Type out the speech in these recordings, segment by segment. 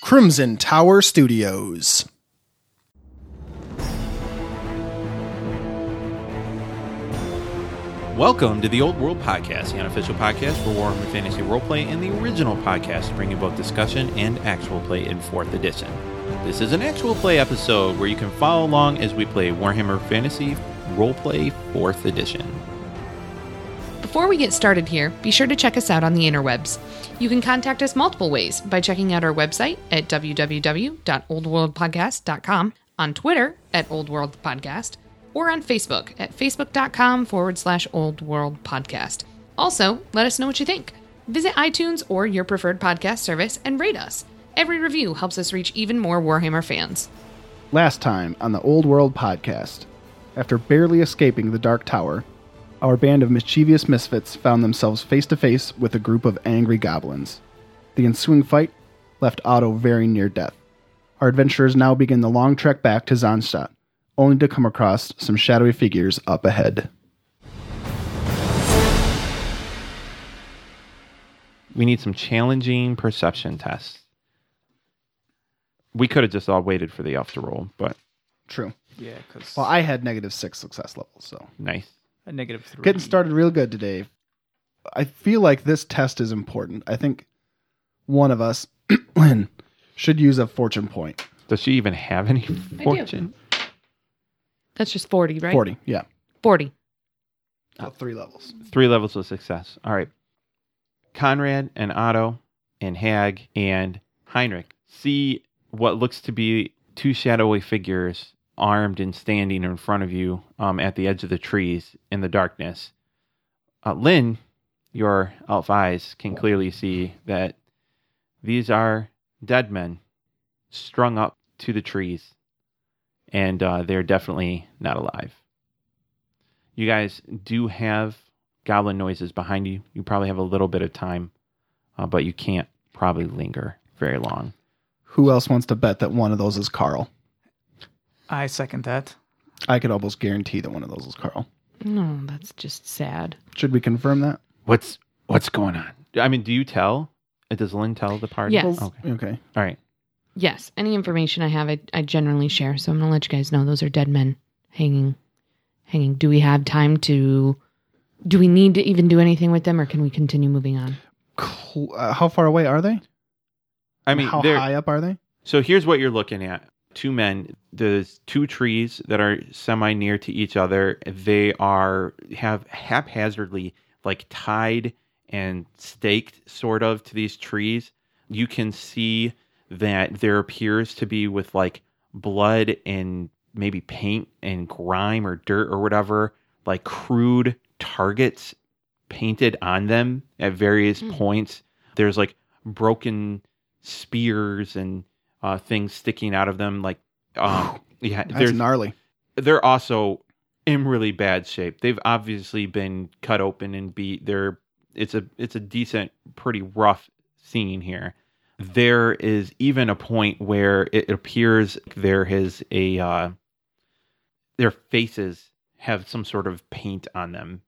Crimson Tower Studios. Welcome to the Old World Podcast, the unofficial podcast for Warhammer Fantasy Roleplay and the original podcast bringing both discussion and actual play in 4th edition. This is an actual play episode where you can follow along as we play Warhammer Fantasy Roleplay 4th edition. Before we get started here, be sure to check us out on the interwebs. You can contact us multiple ways by checking out our website at www.oldworldpodcast.com, on Twitter at oldworldpodcast, or on Facebook at facebook.com forward slash oldworldpodcast. Also, let us know what you think. Visit iTunes or your preferred podcast service and rate us. Every review helps us reach even more Warhammer fans. Last time on the Old World podcast, after barely escaping the Dark Tower, our band of mischievous misfits found themselves face to face with a group of angry goblins. The ensuing fight left Otto very near death. Our adventurers now begin the long trek back to Zahnstadt, only to come across some shadowy figures up ahead. We need some challenging perception tests. We could have just all waited for the elf to roll, but True. Yeah, because Well, I had negative six success levels, so nice. a negative three. getting started real good today. I feel like this test is important. I think one of us, Lynn, should use a fortune point. Does she even have any do. fortune? That's just 40, right? 40, yeah. 40. About three levels. Three levels of success. All right. Conrad and Otto and Hag and Heinrich see what looks to be two shadowy figures armed and standing in front of you um, at the edge of the trees in the darkness. Uh, Lynn, your elf eyes can clearly see that these are dead men strung up to the trees, and uh, they're definitely not alive. You guys do have goblin noises behind you. You probably have a little bit of time, uh, but you can't probably linger very long. Who else wants to bet that one of those is Carl? I second that. I could almost guarantee that one of those is Carl. No, Oh, that's just sad. Should we confirm that? What's what's going on? I mean, do you tell? Uh, Does Lynn tell the party? Yes. Okay. Okay. All right. Yes, any information I have, I, I generally share. So I'm gonna let you guys know those are dead men hanging, hanging. Do we have time to? Do we need to even do anything with them, or can we continue moving on? Cl- uh, how far away are they? I mean, how they're- high up are they? So here's what you're looking at. Two men, there's two trees that are semi near to each other. They are have haphazardly like tied and staked sort of to these trees. You can see that there appears to be with like blood and maybe paint and grime or dirt or whatever, like crude targets painted on them at various Mm. points. There's like broken spears and uh, things sticking out of them. Like, um, yeah, That's they're gnarly. they're also in really bad shape. They've obviously been cut open and beat. They're it's a it's a decent, pretty rough scene here. There is even a point where it appears there is a uh, their faces have some sort of paint on them.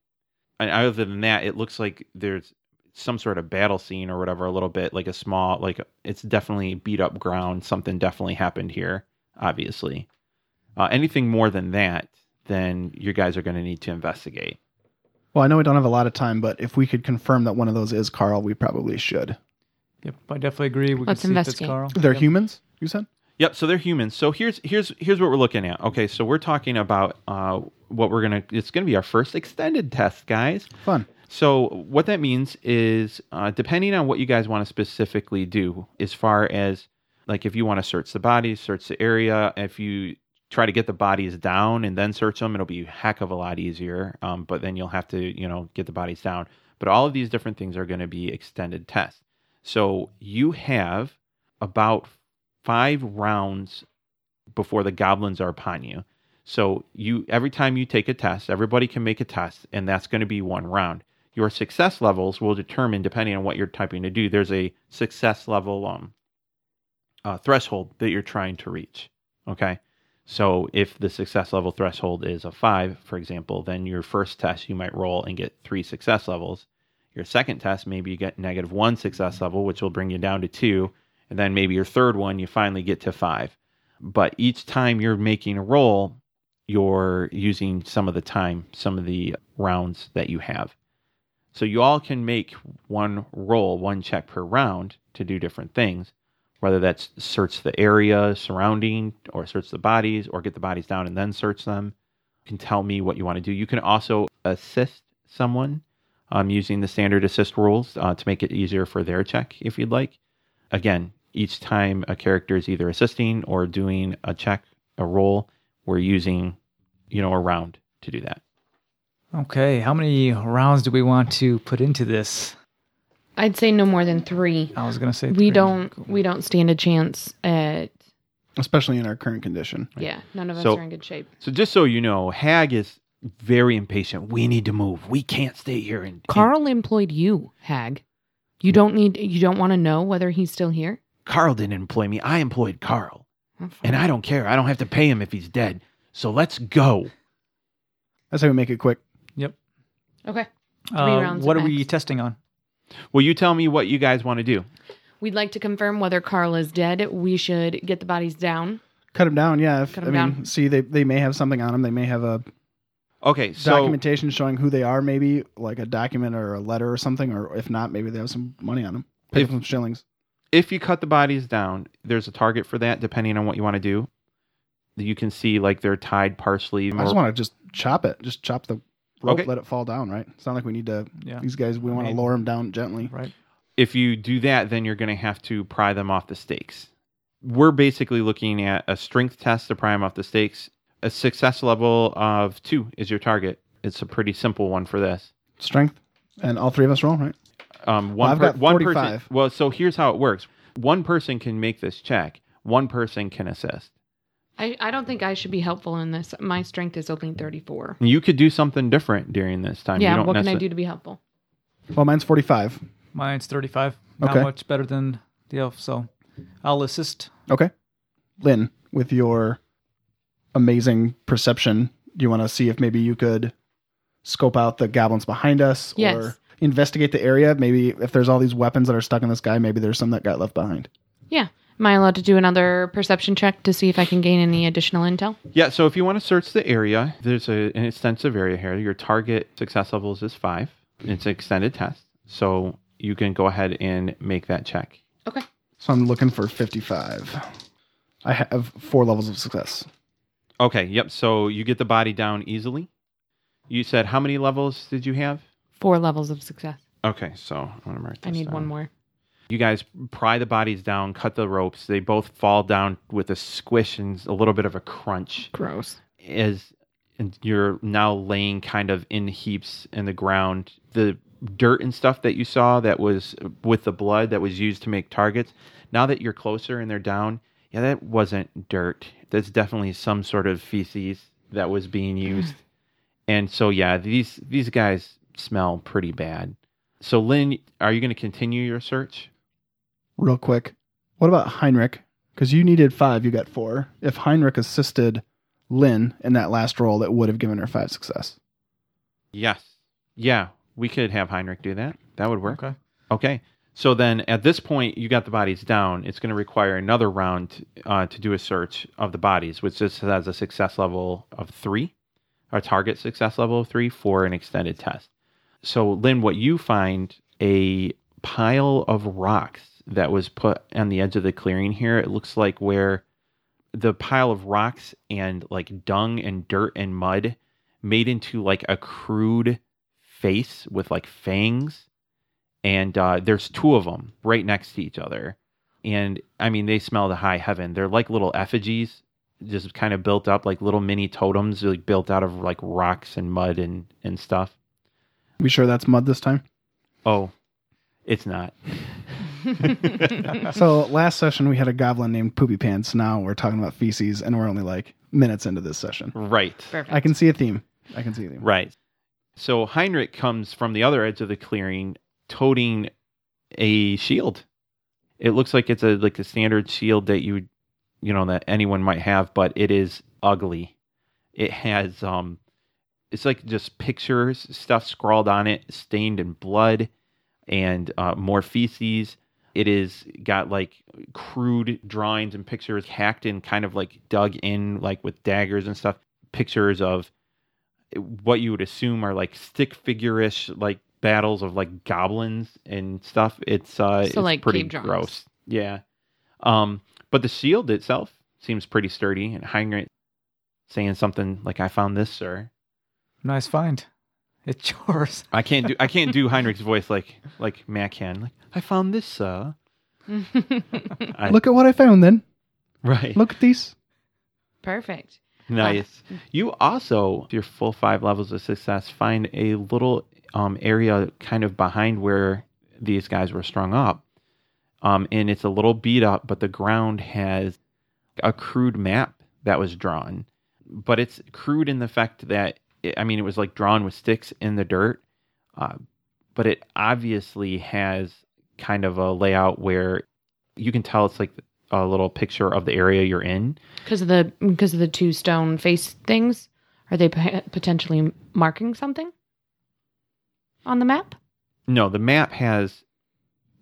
And other than that, it looks like there's some sort of battle scene or whatever. A little bit like a small like it's definitely beat up ground. Something definitely happened here, obviously. Uh, anything more than that, then you guys are going to need to investigate. Well, I know we don't have a lot of time, but if we could confirm that one of those is Carl, we probably should. Yep, I definitely agree. We Let's can see if it's investigate. Carl. They're Yep. humans, you said? Yep. So they're humans. So here's here's here's what we're looking at. Okay. So we're talking about uh, what we're gonna. It's gonna be our first extended test, guys. Fun. So what that means is, uh, depending on what you guys want to specifically do, as far as like if you want to search the bodies, search the area. If you try to get the bodies down and then search them, it'll be a heck of a lot easier. Um, but then you'll have to, you know, get the bodies down. But all of these different things are going to be extended tests. So you have about five rounds before the goblins are upon you. So you every time you take a test, everybody can make a test, and that's going to be one round. Your success levels will determine depending on what you're typing to do. There's a success level um, uh, threshold that you're trying to reach. Okay, so if the success level threshold is a five, for example, then your first test you might roll and get three success levels. Your second test maybe you get negative one success level, which will bring you down to two, And then maybe your third one, you finally get to five. But each time you're making a roll, you're using some of the time, some of the rounds that you have. So you all can make one roll, one check per round to do different things, whether that's search the area surrounding or search the bodies or get the bodies down and then search them. You can tell me what you want to do. You can also assist someone um, using the standard assist rules uh, to make it easier for their check if you'd like. Again, each time a character is either assisting or doing a check, a roll, we're using, you know, a round to do that. Okay, how many rounds do we want to put into this? I'd say no more than three. I was gonna say We don't we don't stand a chance at especially in our current condition. yeah, none of us So- are in good shape. So just so you know, Hag is very impatient. We need to move. We can't stay here and Carl employed you, Hag. You don't need you don't want to know whether he's still here? Oh, Carl didn't employ me. I employed Carl. Well, And I don't care. I don't have to pay him if he's dead. So let's go. That's how we make it quick. Okay. Three rounds Uh, What are max. we testing on? Well, you tell me what you guys want to do. We'd like to confirm whether Carl is dead. We should get the bodies down. Cut them down, yeah. If, Cut I 'em mean, down. see, they, they may have something on them. They may have a Okay, so documentation showing who they are, maybe like a document or a letter or something. Or if not, maybe they have some money on them. Pay If- them some shillings. if you cut the bodies down, there's a target for that depending on what you want to do. You can see like they're tied partially. I just or- want to just chop it. Just chop the rope, Okay. let it fall down, right? It's not like we need to, Yeah. these guys, we want to mean- lower them down gently. Right. if you do that, then you're going to have to pry them off the stakes. We're basically looking at a strength test to pry them off the stakes. A success level of two is your target. It's a pretty simple one for this. Strength. And all three of us roll, right? Um, Well, one I've per- got one 45. person. Well, so here's how it works: one person can make this check. One person can assist. I, I don't think I should be helpful in this. My strength is only 34. And You could do something different during this time. you yeah, don't what can I necessar- do to be helpful? Well, mine's 45. Mine's thirty-five. Not Okay. much better than the elf, so I'll assist. Okay. Lynn, with your amazing perception, do you want to see if maybe you could scope out the goblins behind us Yes. or investigate the area? Maybe if there's all these weapons that are stuck in this guy, maybe there's some that got left behind. Yeah. Am I allowed to do another perception check to see if I can gain any additional intel? Yeah, so if you want to search the area, there's a, an extensive area here. Your target success levels is five. It's an extended test. So you can go ahead and make that check. Okay. So I'm looking for 55. I have four levels of success. Okay, yep. So you get the body down easily. You said how many levels did you have? Four levels of success. Okay, so I'm gonna mark I this need one down. more. You guys pry the bodies down, cut the ropes. They both fall down with a squish and a little bit of a crunch. Gross. as and you're now laying kind of in heaps in the ground the dirt and stuff that you saw that was with the blood that was used to make targets now that you're closer and they're down yeah that wasn't dirt that's definitely some sort of feces that was being used and so yeah these these guys smell pretty bad so lynn are you going to continue your search Real quick, what about Heinrich? Because you needed five, you got four. If Heinrich assisted Lynn in that last roll, that would have given her five success. yes yeah we could have heinrich do that that would work Okay. Okay. So then at this point, you got the bodies down. It's going to require another round uh, to do a search of the bodies, which just has a success level of three, a target success level of three for an extended test. So, Lynn, what you find a pile of rocks that was put on the edge of the clearing here. It looks like where the pile of rocks and like dung and dirt and mud made into like a crude face with like fangs and uh, there's two of them right next to each other. And I mean, they smell the high heaven. They're like little effigies, just kind of built up like little mini totems, like built out of like rocks and mud and and stuff. We sure that's mud this time? Oh, it's not. So last session we had a goblin named Poopy Pants. Now we're talking about feces, and we're only like minutes into this session. Right. Perfect. I can see a theme. I can see a theme. Right. So Heinrich comes from the other edge of the clearing, toting a shield. It looks like it's a like the standard shield that you, you know, that anyone might have, but it is ugly. It has um, it's like just pictures, stuff scrawled on it, stained in blood, and uh, more feces. It is got like crude drawings and pictures hacked in, kind of like dug in, like with daggers and stuff. Pictures of what you would assume are like stick figure ish, like battles of like goblins and stuff. It's uh, So, it's like, pretty cave drawings. gross. Yeah. Um, but the shield itself seems pretty sturdy. And Heinrich saying something like, "I found this, sir." Nice find. It's yours. I can't do I can't do Heinrich's voice like like Matt can. Like I found this, sir. I- Look at what I found then. Right. Look at these. Perfect. Nice. You also, with your full five levels of success, find a little um, area kind of behind where these guys were strung up. Um, and it's a little beat up, but the ground has a crude map that was drawn. But it's crude in the fact that, it, I mean, it was like drawn with sticks in the dirt. Uh, but it obviously has kind of a layout where you can tell it's like a little picture of the area you're in. Because of the because of the two stone face things, are they p- potentially marking something on the map? No, the map has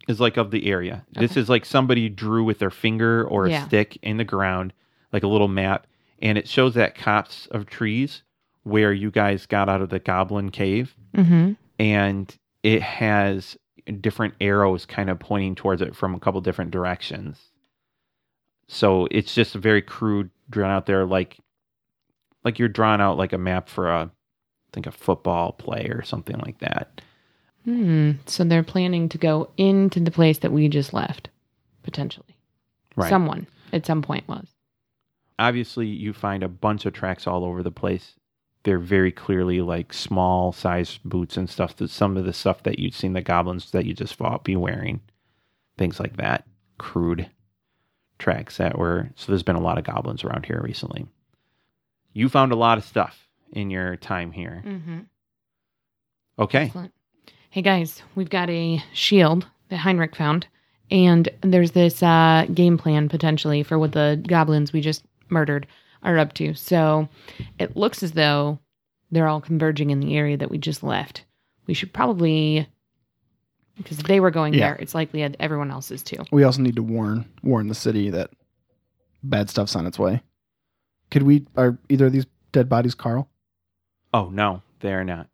is like of the area. This Okay. is like somebody drew with their finger or a Yeah. stick in the ground, like a little map, and it shows that copse of trees where you guys got out of the goblin cave, Mm-hmm. and it has different arrows kind of pointing towards it from a couple different directions. So it's just very crude drawn out there, like like you're drawing out like a map for a I think a football play or something like that. Hmm. So they're planning to go into the place that we just left, potentially. Right. Someone at some point was. obviously you find a bunch of tracks all over the place. They're very clearly like small sized boots and stuff that some of the stuff that you'd seen the goblins that you just fought be wearing. Things like that. Crude tracks that were so there's been a lot of goblins around here recently. You found a lot of stuff in your time here. Mm-hmm. Okay. Excellent. Hey guys, we've got a shield that Heinrich found, and there's this uh, game plan potentially for what the goblins we just murdered are up to. So it looks as though they're all converging in the area that we just left. We should probably, because if they were going Yeah. there, it's likely that everyone else is too. We also need to warn warn the city that bad stuff's on its way. Could we are either of these dead bodies Carl? Oh no, they're not.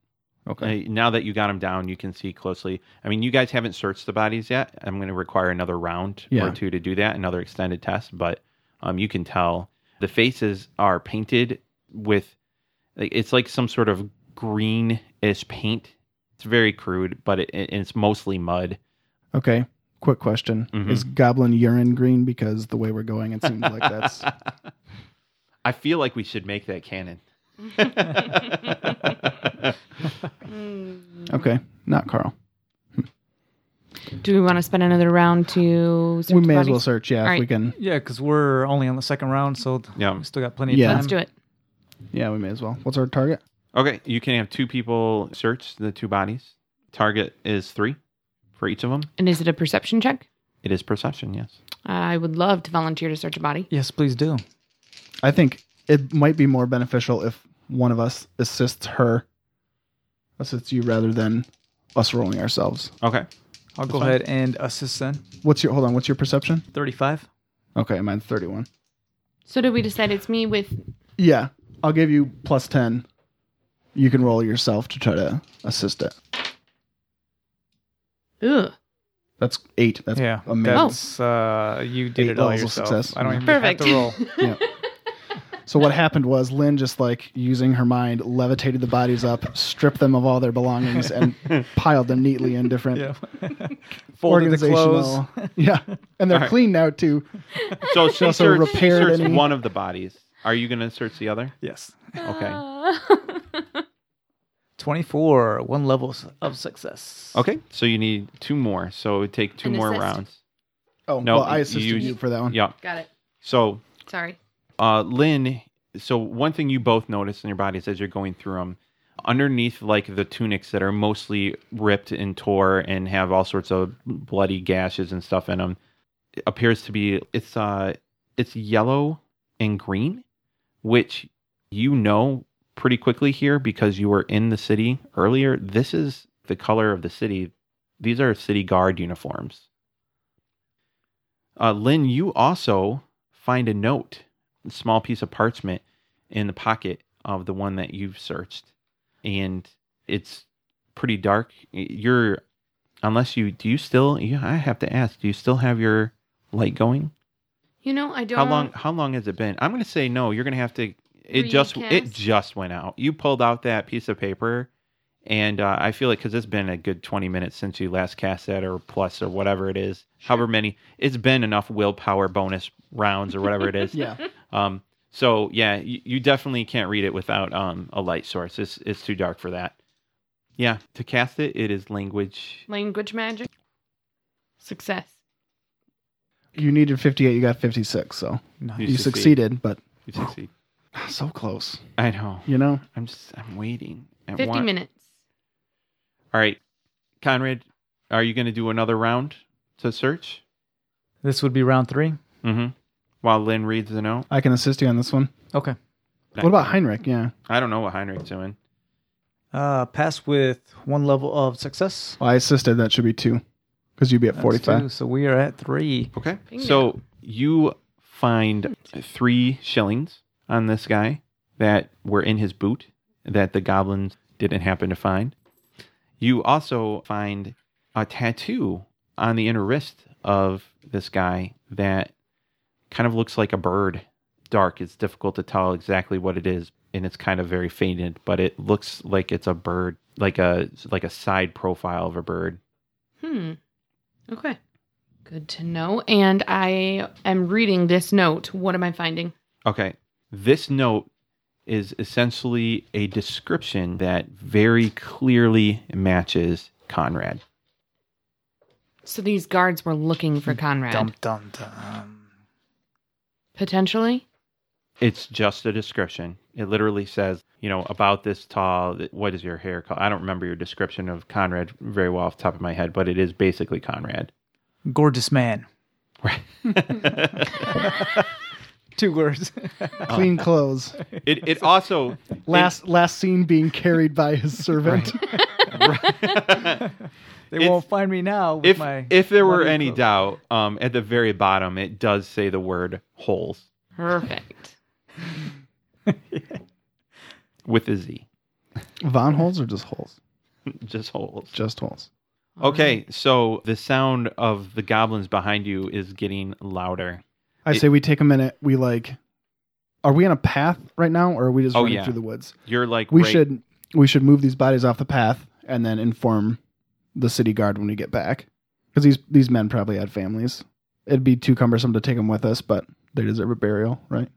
Uh, now that you got them down, you can see closely. I mean, you guys haven't searched the bodies yet. I'm going to require another round Yeah. or two to do that, another extended test. But um, you can tell the faces are painted with like, it's like some sort of greenish paint. It's very crude, but it, it- it's mostly mud. Okay. Quick question. Mhm. Is goblin urine green because the way we're going it seems like that's I feel like we should make that canon. Okay, not Carl. Do we want to spend another round to? search we the may as well bodies? search, yeah, if All right. we can Yeah, because we're only on the second round, so yeah. we still got plenty Yeah. of time. Let's do it. yeah, we may as well. What's our target? Okay. You can have two people search the two bodies. Target is three for each of them. And is it a perception check? It is perception, yes. I would love to volunteer to search a body. Yes, please do. I think it might be more beneficial if one of us assists her assists you rather than us rolling ourselves. Okay. I'll go fine. ahead and assist then. What's your hold on, what's your perception? 35. Okay, mine's thirty one. So did we decide it's me with? Yeah. I'll give you plus ten. You can roll yourself to try to assist it. Ugh. That's eight. That's yeah. amazing. That's, uh, you did Eight it all levels of yourself. success. I don't even Perfect. have to roll. So what happened was Lynn just like using her mind levitated the bodies up, stripped them of all their belongings, and piled them neatly in different yeah. Folded the clothes. organizational. yeah, and they're All right. clean now too. So she also searched, she repaired searched any- one of the bodies. Are you going to search the other? Yes. Okay. 24. One level of success. Okay. So you need two more. So it would take two An more assist. rounds. Oh No, well, I you assisted you, used- for that one. Yeah. Got it. So, Sorry. uh, Lynn, so one thing you both notice in your bodies as you're going through them, underneath like the tunics that are mostly ripped and tore and have all sorts of bloody gashes and stuff in them, appears to be it's uh it's yellow and green, which you know pretty quickly here because you were in the city earlier. This is the color of the city. These are city guard uniforms. Uh, Lynn, you also find a note, a small piece of parchment in the pocket of the one that you've searched. And it's pretty dark. You're, unless you, do you still, you, I have to ask, do you still have your light going? You know, I don't. How long, how long has it been? I'm going to say no. You're going to have to, it just, it Recast? just went out. You pulled out that piece of paper. And uh, I feel it because it's been a good 20 minutes since you last cast that or plus or whatever it is, however many. It's been enough willpower bonus rounds or whatever it is. Yeah. Um, so yeah, you, you definitely can't read it without um, a light source. It's it's too dark for that. Yeah, to cast it, it is language. Language magic. Success. You needed 58, you got 56, so Nice. you, succeeded, but You succeed. so close, I know. you know? I'm just I'm waiting. I 50 want- minutes. All right, Conrad, are you going to do another round to search? This would be round three. Mm-hmm. While Lynn reads the note. I can assist you on this one. Okay. What about Heinrich? Yeah. I don't know what Heinrich's doing. Uh, pass with one level of success. Well, I assisted, that should be two, because you'd be at That's 45. two, so we are at three. Okay. Bingo. So you find three shillings on this guy that were in his boot that the goblins didn't happen to find. You also find a tattoo on the inner wrist of this guy that kind of looks like a bird. Dark. It's difficult to tell exactly what it is, and it's kind of very faded, but it looks like it's a bird, like a like a side profile of a bird. Hmm. Okay. Good to know. And I am reading this note. What am I finding? Okay. This note is essentially a description that very clearly matches Conrad. So these guards were looking for Conrad. Dum dum dum. Potentially? It's just a description. It literally says, you know, about this tall, th- what is your hair color? I don't remember your description of Conrad very well off the top of my head, but it is basically Conrad. Gorgeous man. Right. Two words. Clean clothes. it it also Last last scene being carried by his servant. they It's- won't find me now. With if my if there were bloody any clothes. doubt, um at the very bottom it does say the word holes Perfect. with a Z. Von holes or just holes? Just holes. Just holes. Okay, so the sound of the goblins behind you is getting louder. I It- say we take a minute. We like, are we on a path right now, or are we just Oh, running yeah. through the woods? You're like We right- should we should move these bodies off the path and then inform the city guard when we get back, because these these men probably had families. It'd be too cumbersome to take them with us, but they deserve a burial, right?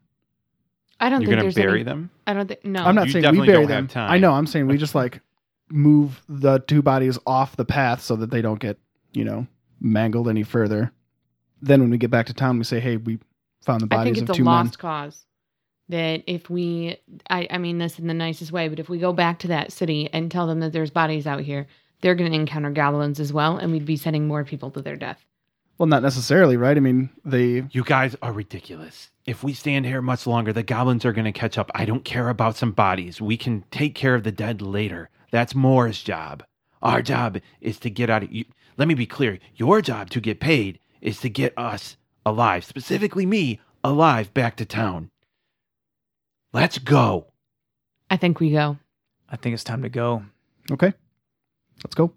I don't You're think gonna there's bury any, them. I don't think no. I'm not You saying we definitely bury don't them. have time. I know. I'm saying we just like move the two bodies off the path so that they don't get you know mangled any further. Then when we get back to town, we say, "Hey, we found the I think bodies it's of a two men." lost cause. That if we, I, I mean this in the nicest way, but if we go back to that city and tell them that there's bodies out here, they're going to encounter goblins as well, and we'd be sending more people to their death. Well, not necessarily, right? I mean, they You guys are ridiculous. If we stand here much longer, the goblins are going to catch up. I don't care about some bodies. We can take care of the dead later. That's Moore's job. Our job is to get out of. You, let me be clear. Your job to get paid is to get us alive, specifically me, alive back to town. Let's go. I think we go. I think it's time to go. okay. Let's go.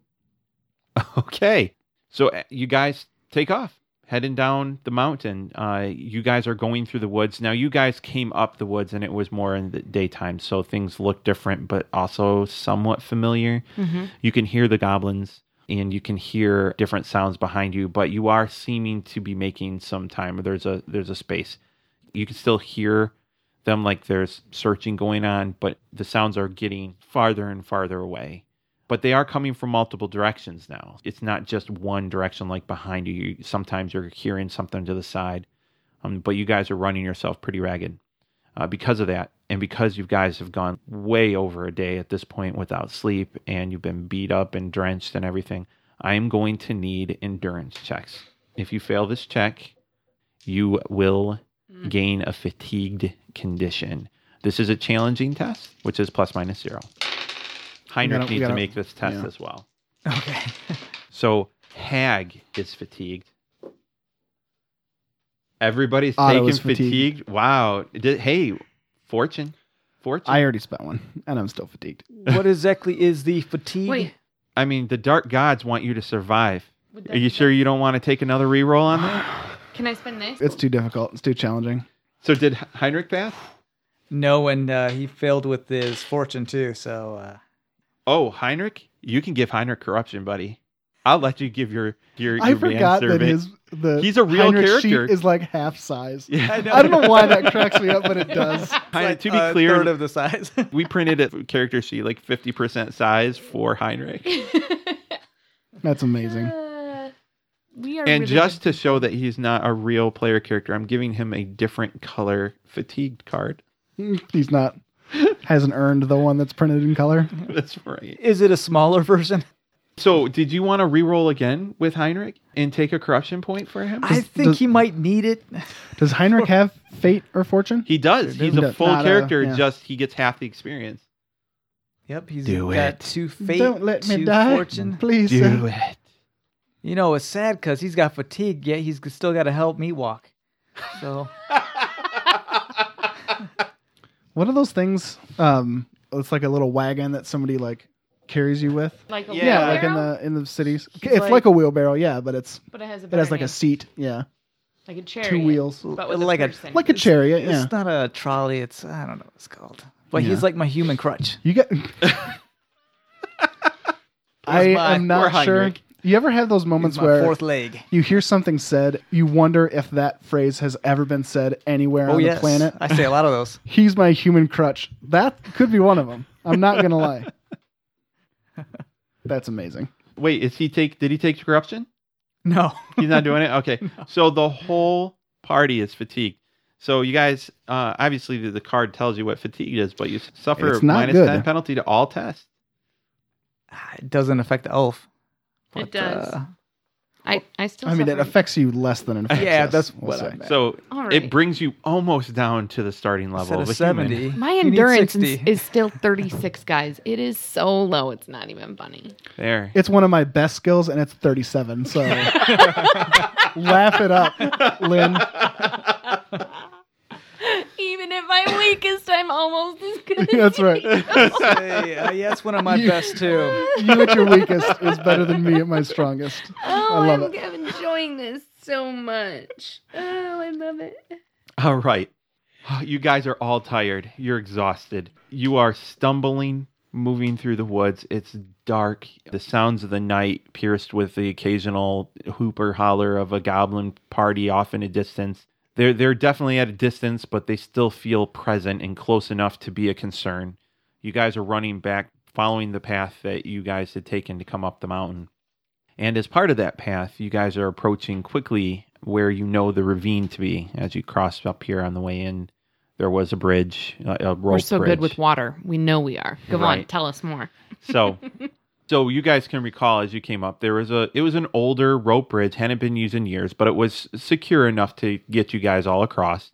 Okay. So uh, you guys take off, heading down the mountain. Uh, you guys are going through the woods. Now, you guys came up the woods and it was more in the daytime. So things look different, but also somewhat familiar. Mm-hmm. You can hear the goblins and you can hear different sounds behind you, but you are seeming to be making some time. There's a there's a space. You can still hear them like there's searching going on, but the sounds are getting farther and farther away. But they are coming from multiple directions now. It's not just one direction like behind you. you sometimes you're hearing something to the side. Um, but you guys are running yourself pretty ragged uh, because of that, and because you guys have gone way over a day at this point without sleep, and you've been beat up and drenched and everything, I am going to need endurance checks. If you fail this check, you will gain a fatigued condition. This is a challenging test, which is plus minus zero. Heinrich gotta- we needs gotta- to make this test yeah. as well. Okay. So Hag is fatigued. Everybody's Otto taking is fatigued. Wow. Did- hey, fortune, fortune. I already spent one, and I'm still fatigued. what exactly is the fatigue? Wait, I mean, the dark gods want you to survive. Would that Are you be sure you don't want to take another reroll on that? can I spend this? It's too difficult. It's too challenging. So did Heinrich pass? No, and uh, he failed with his fortune too. So uh, Oh, Heinrich, you can give Heinrich corruption, buddy. I'll let you give your your. I your man forgot that survey. his the He's a real Heinrich character. sheet is like half size. Yeah. I don't know why that cracks me up, but it does. Hein- Like to be a clear, third of the size. we printed a character sheet like fifty percent size for Heinrich, That's amazing. Uh, we are and really just to show that he's not a real player character, I'm giving him a different color fatigued card. He's not hasn't earned the one that's printed in color. That's right. is it a smaller version? So, did you want to re-roll again with Heinrich and take a corruption point for him? I think does- he might need it. Does Heinrich have fate or fortune? he does. He's a Not full a- character. yeah. Just he gets half the experience. Yep, he's Do got it. two fate, Don't let me two die, fortune. please. sir. it. You know, it's sad because he's got fatigue, yet he's still got to help me walk. So What are those things? Um, it's like a little wagon that somebody like carries you with. like a Yeah, Yeah, like in wheelbarrow, the in the cities. She's it's like- like, a wheelbarrow, yeah, but it's but it has a it has better like a name. seat, yeah, like a chariot, two wheels, but with Like a, a- person. like a chariot, yeah. it's not a trolley. It's I don't know what it's called. But Yeah. he's like my human crutch. You get. I Where's my- am poor not sure. Heinrich? You ever have those It's moments my where fourth leg. you hear something said, you wonder if that phrase has ever been said anywhere Oh on yes, the planet? I say a lot of those. He's my human crutch. That could be one of them. I'm not gonna lie. That's amazing. Wait, is he take? Did he take corruption? No, He's not doing it. Okay, so the whole party is fatigued. So you guys, uh, obviously the, the card tells you what fatigue is, but you suffer It's not minus good. ten penalty to all tests. it doesn't affect the elf. It But, does. uh, I, I still. I mean, it suffer. affects you less than it affects Yeah, us, that's we'll what say. I meant. So All it right. brings you almost down to the starting level Instead of of a seventy, human. My you need endurance is, 60. is still 36, guys. It is so low, it's not even funny. There. It's one of my best skills, and it's 37. So laugh it up, Lynn. Even at my weakest, I'm almost as good. That's right. Hey, uh, yeah, it's one of my best too. You at your weakest is better than me at my strongest. Oh, I love I'm enjoying this so much. Oh, I love it. All right. You guys are all tired. You're exhausted. You are stumbling, moving through the woods. It's dark. The sounds of the night, pierced with the occasional hoop or holler of a goblin party off in a distance. They're, they're definitely at a distance, but they still feel present and close enough to be a concern. You guys are running back, following the path that you guys had taken to come up the mountain. And as part of that path, you guys are approaching quickly where you know the ravine to be. As you cross up here on the way in, there was a bridge, a, a rope We're so bridge. good with water. We know we are. Go on, Right. tell us more. so, so you guys can recall as you came up, there was a it was an older rope bridge, hadn't been used in years, but it was secure enough to get you guys all across.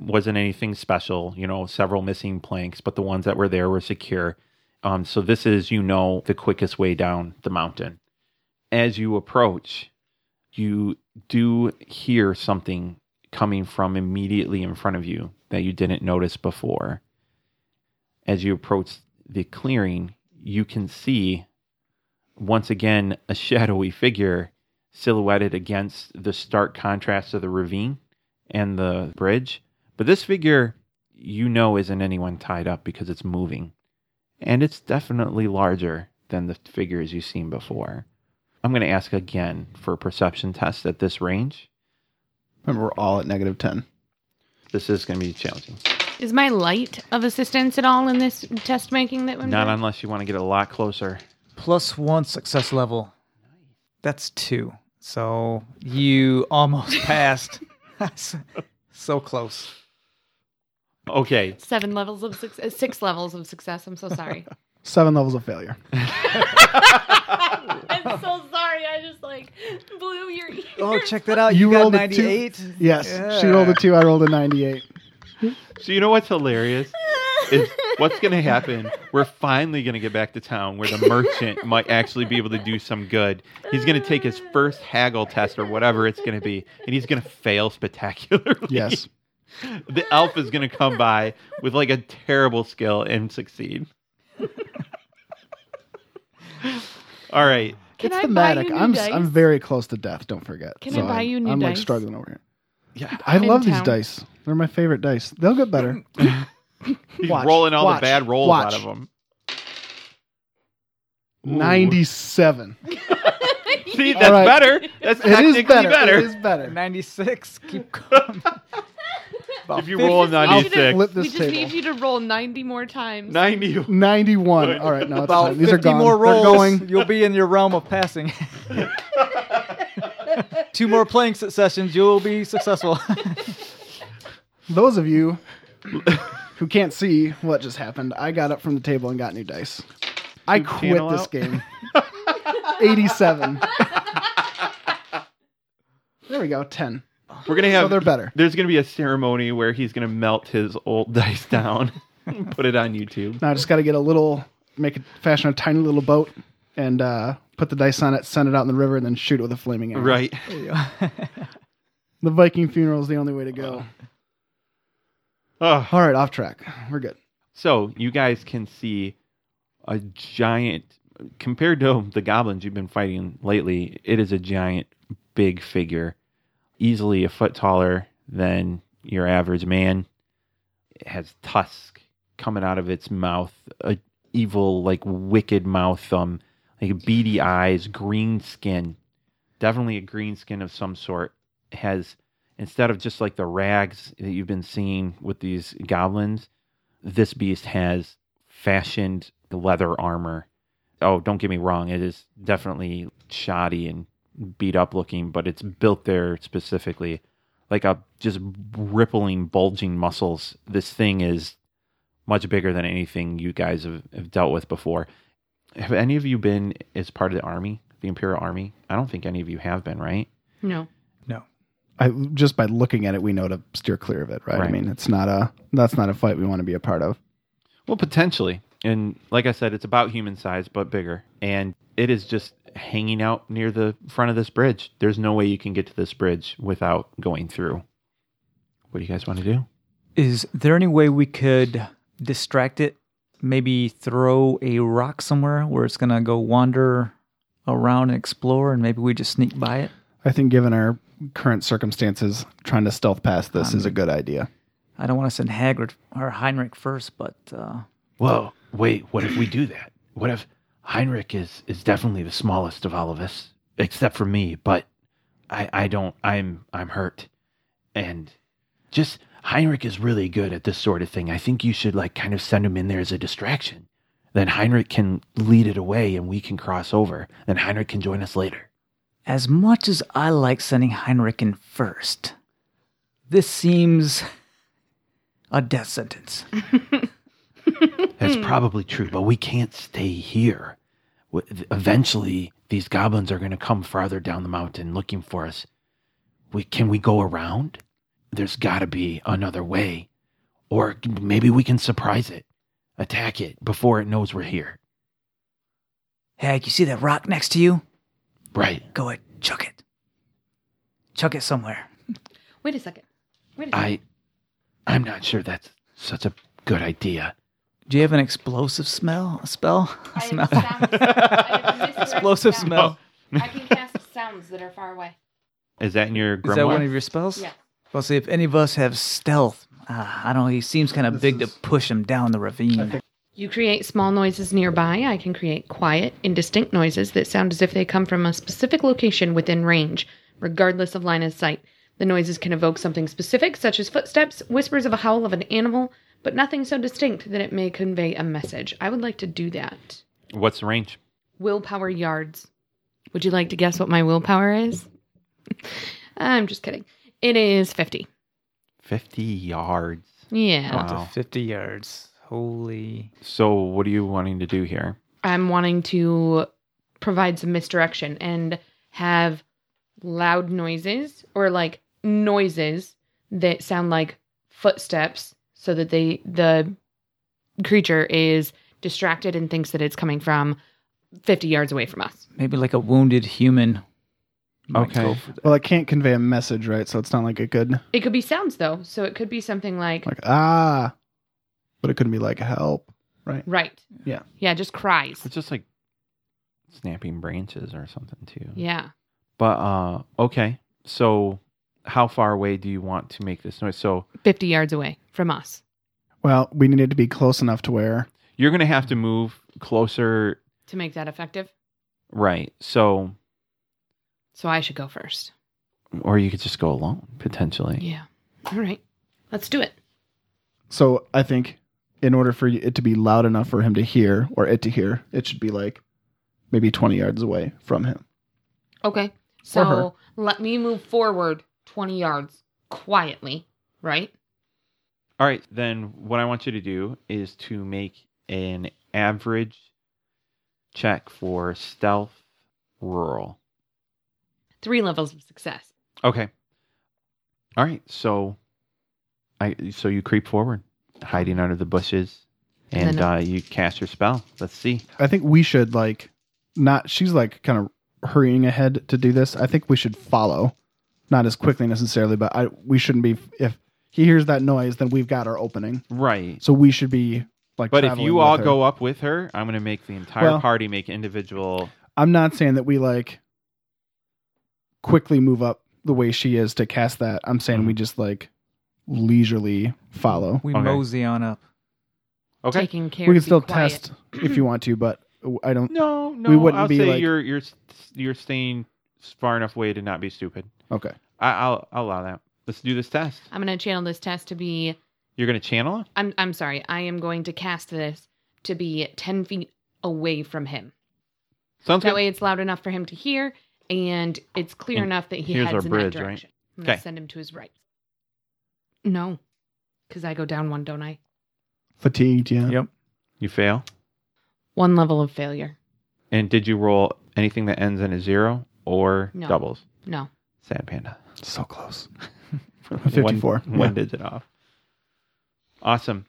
Wasn't anything special, you know, several missing planks, but the ones that were there were secure. Um, so this is, you know, the quickest way down the mountain. As you approach, you do hear something coming from immediately in front of you that you didn't notice before as you approach the clearing, you can see once again a shadowy figure silhouetted against the stark contrast of the ravine and the bridge. But this figure, you know, isn't anyone tied up because it's moving. And it's definitely larger than the figures you've seen before. I'm going to ask again for a perception test at this range. Remember, we're all at negative 10. This is going to be challenging. Is my light of assistance at all in this test making that we're Not unless you want to get a lot closer. Plus one success level. That's two. So you almost passed. so close. Okay. Seven levels of success, six levels of success. I'm so sorry. Seven levels of failure. I'm so sorry. I just like blew your ear. Oh, check that out. You You, got rolled a two. 98. Yes. She rolled a Yeah. two. I rolled a 98. So you know what's hilarious? is what's going to happen? We're finally going to get back to town where the merchant might actually be able to do some good. He's going to take his first haggle test or whatever it's going to be, and he's going to fail spectacularly. Yes. The elf is going to come by with like a terrible skill and succeed. All right. Can it's I the buy you Matic. new I'm s- dice? I'm very close to death. Don't forget. Can I buy you new I'm like dice? struggling over here. Yeah. I In love these town. dice. They're my favorite dice. They'll get better. He's Watch, rolling all watch, the bad rolls watch. out of him. Ooh. Ninety-seven. See, that's right. better. That's It is technically better. better. It is better. 96. Keep going. If you roll a I'll flip 96, Flip we this just need table. you to roll 90 more times. 90. Ninety-one. All right, now it's About fine. These 50 are gone. more rolls, They're going. you'll be in your realm of passing. Two more playing se- sessions, you'll be successful. Those of you who can't see what just happened, I got up from the table and got new dice. I quit channel this out. game. 87. there we go, 10. We're going to So have they're better. There's going to be a ceremony where he's going to melt his old dice down and put it on YouTube. Now I just got to get a little, make a fashion a tiny little boat and uh, put the dice on it, send it out in the river, and then shoot it with a flaming arrow. Right. The Viking funeral is the only way to go. Ugh. All right, off track. We're good. So you guys can see a giant, compared to the goblins you've been fighting lately, it is a giant, big figure, easily a foot taller than your average man. It has tusk coming out of its mouth, a evil, like wicked mouth, um, like beady eyes, green skin, definitely a green skin of some sort. It has instead of just like the rags that you've been seeing with these goblins, this beast has fashioned leather armor. Oh, don't get me wrong, it is definitely shoddy and beat up looking, but it's built there specifically. Like a just rippling, bulging muscles. This thing is much bigger than anything you guys have, have dealt with before. Have any of you been as part of the army, the Imperial Army? I don't think any of you have been, right? No. I, just by looking at it, we know to steer clear of it, right? I Right. mean, it's not a that's not a fight we want to be a part of. Well, potentially. And like I said, it's about human size, but bigger. And it is just hanging out near the front of this bridge. There's no way you can get to this bridge without going through. What do you guys want to do? Is there any way we could distract it? Maybe throw a rock somewhere where it's going to go wander around and explore, and maybe we just sneak by it? I think, given our current circumstances, trying to stealth past this is a good idea. I don't want to send Hagrid or Heinrich first, but uh, Whoa, wait, what if we do that? What if Heinrich is, is definitely the smallest of all of us, except for me, but I, I don't I'm I'm hurt. And just Heinrich is really good at this sort of thing. I think you should like kind of send him in there as a distraction. Then Heinrich can lead it away and we can cross over. Then Heinrich can join us later. as much as I like sending Heinrich in first, this seems a death sentence. That's Hmm. probably true, but we can't stay here. W- Eventually, these goblins are going to come farther down the mountain looking for us. We can we go around? There's got to be another way, or maybe we can surprise it, attack it before it knows we're here. Hag, you see that rock next to you? Right? Go ahead, chuck it. Chuck it somewhere. Wait a second. Wait a second. I, I'm not sure that's such a good idea. Do you have an explosive smell? A spell? A smell? Explosive Explosive smell. I can cast sounds that are far away. Is that in your grimoire? Is that one of your spells? Yeah. Well, see, if any of us have stealth, uh, I don't know, he seems kind of big is- to push him down the ravine. You create small noises nearby. I can create quiet, indistinct noises that sound as if they come from a specific location within range, regardless of line of sight. The noises can evoke something specific, such as footsteps, whispers of a howl of an animal, but nothing so distinct that it may convey a message. I would like to do that. What's the range? Willpower yards. Would you like to guess what my willpower is? I'm just kidding. It is 50. Fifty yards. Yeah. Wow. Up to 50 yards. Holy. So, what are you wanting to do here? I'm wanting to provide some misdirection and have loud noises or like noises that sound like footsteps so that they the creature is distracted and thinks that it's coming from 50 yards away from us. Maybe like a wounded human. might Okay. go for that. Well, it can't convey a message, right? So it's not like a good It could be sounds though, so it could be something like, like ah, but it couldn't be like help. right. Yeah. Yeah, just cries. It's just like snapping branches or something too. Yeah. But uh okay. So how far away do you want to make this noise? So 50 yards away from us. Well, we needed to be close enough to where you're gonna have to move closer To make that effective. right. So So I should go first. or you could just go alone potentially. Yeah. All right. Let's do it. So I think in order for it to be loud enough for him to hear or it to hear, it should be like maybe 20 yards away from him. Okay. For her. So let me move forward 20 yards quietly, right? All right, then what I want you to do is to make an average check for stealth rural. Three levels of success. Okay. All right. So, I so you creep forward, hiding under the bushes, And and then- uh, you cast your spell. Let's see. I think we should like not she's like kind of hurrying ahead to do this. I think we should follow not as quickly necessarily, but I we shouldn't be if he hears that noise then we've got our opening. Right. So we should be like But if traveling you with all her. go up with her, I'm going to make the entire Well- party make individual. I'm not saying that we like quickly move up the way she is to cast that. I'm saying Mm-hmm. we just like leisurely follow. We Okay. mosey on up. Okay. Taking care we can of still be quiet. test if you want to, but I don't. No, no. We wouldn't I'll be say like- you're you're you're staying far enough away to not be stupid. Okay. I, I'll I'll allow that. Let's do this test. I'm going to channel this test to be You're going to channel. it? I'm I'm sorry. I am going to cast this to be 10 feet away from him. Sounds That good. way it's loud enough for him to hear and it's clear And enough that he here's heads our in bridge, that right? direction. I'm going Okay. to send him to his right. No. Cuz I go down one, don't I? Fatigued. Yeah. Yep. You fail. One level of failure. And did you roll anything that ends in a zero or No. doubles? No. Sad panda. So close. One- 54. One, Yeah. digit off. Awesome.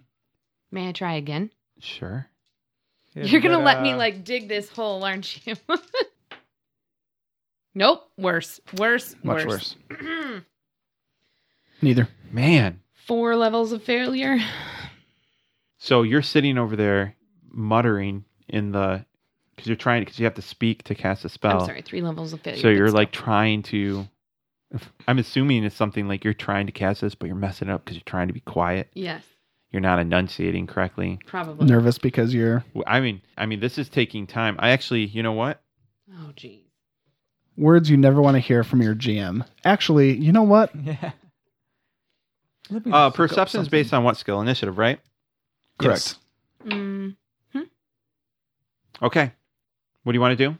May I try again? Sure. You're gonna But, let me uh, like dig this hole, aren't you? nope. Worse. Worse. Much worse. worse. Neither. Man. Four levels of failure. So you're sitting over there muttering in the because you're trying because you have to speak to cast a spell. I'm sorry. Three levels of failure. So but you're still. like trying to. I'm assuming it's something like you're trying to cast this, but you're messing it up because you're trying to be quiet. yes, You're not enunciating correctly. probably. Nervous because you're. W- I mean, I mean, this is taking time. I actually, you know what? Oh, geez. Words you never want to hear from your GM. Actually, you know what? Yeah. Let me Uh, look up perception's based something. on what skill? Initiative, right? Correct. Mm, Okay. What do you want to do?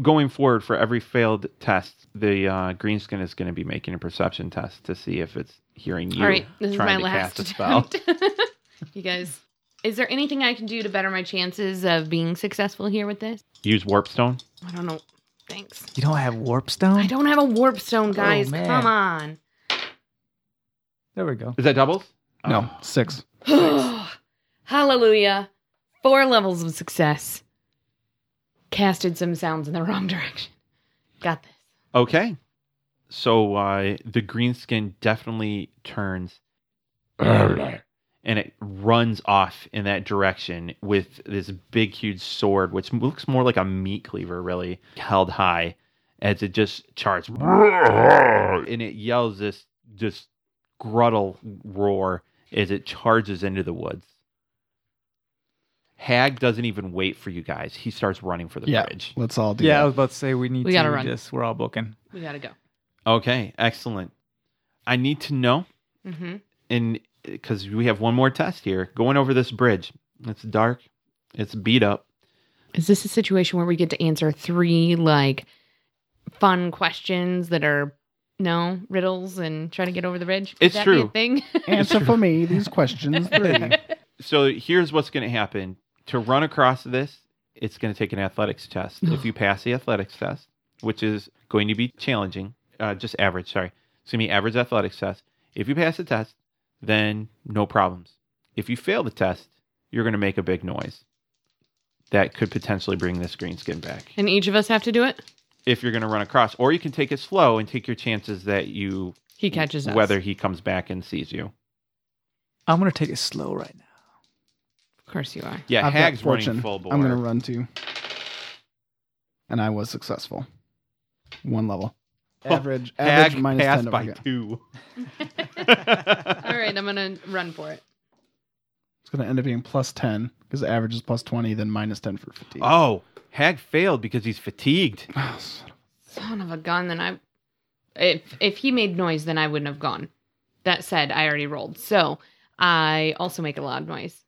Going forward, for every failed test, the uh, greenskin is going to be making a perception test to see if it's hearing you all right. This is my trying to last cast a spell. attempt. you guys, is there anything I can do to better my chances of being successful here with this? Use warpstone. I don't know. Thanks. You don't have warp stone? I don't have a warp Oh, stone, guys. man. Come on. There we go. Is that doubles? No. Six. Hallelujah. Four levels of success. Casted some sounds in the wrong direction. Got this. Okay. So uh, the greenskin definitely turns and it runs off in that direction with this big, huge sword, which looks more like a meat cleaver, really, held high as it just charts. And it yells this just gruttle roar as it charges into the woods. Hag doesn't even wait for you guys. He starts running for the Yeah. bridge. Let's all do Yeah, I that. was about to say we need We to gotta run. just we're all booking. We gotta go. Okay, excellent. I need to know Mm-hmm. and because we have one more test here going over this bridge it's dark it's beat up Is this a situation where we get to answer three like fun questions that are no riddles and try to get over the ridge? Could It's that Be a true. thing. Answer for me these questions three. so here's what's going to happen to run across this it's going to take an athletics test if you pass the athletics test which is going to be challenging uh, just average sorry it's going to be average athletics test if you pass the test then no problems if you fail the test you're going to make a big noise that could potentially bring this green skin back And each of us have to do it? if you're going to run across. Or you can take it slow and take your chances that you He catches us. whether he comes back and sees you. I'm gonna take it slow right now. Of course you are. Yeah, I've got Hag's running fortune. full bore. I'm going to run too. And I was successful. One level. Oh, Average, average Hag minus passed 10 by again. two. All right, I'm going to run for it. It's going to end up being plus 10 because the average is plus 20, then minus 10 for fatigue. Oh, Hag failed because he's fatigued. Oh, son of- Son of a gun, then I. If, if he made noise, then I wouldn't have gone. That said, I already rolled. So I also make a loud noise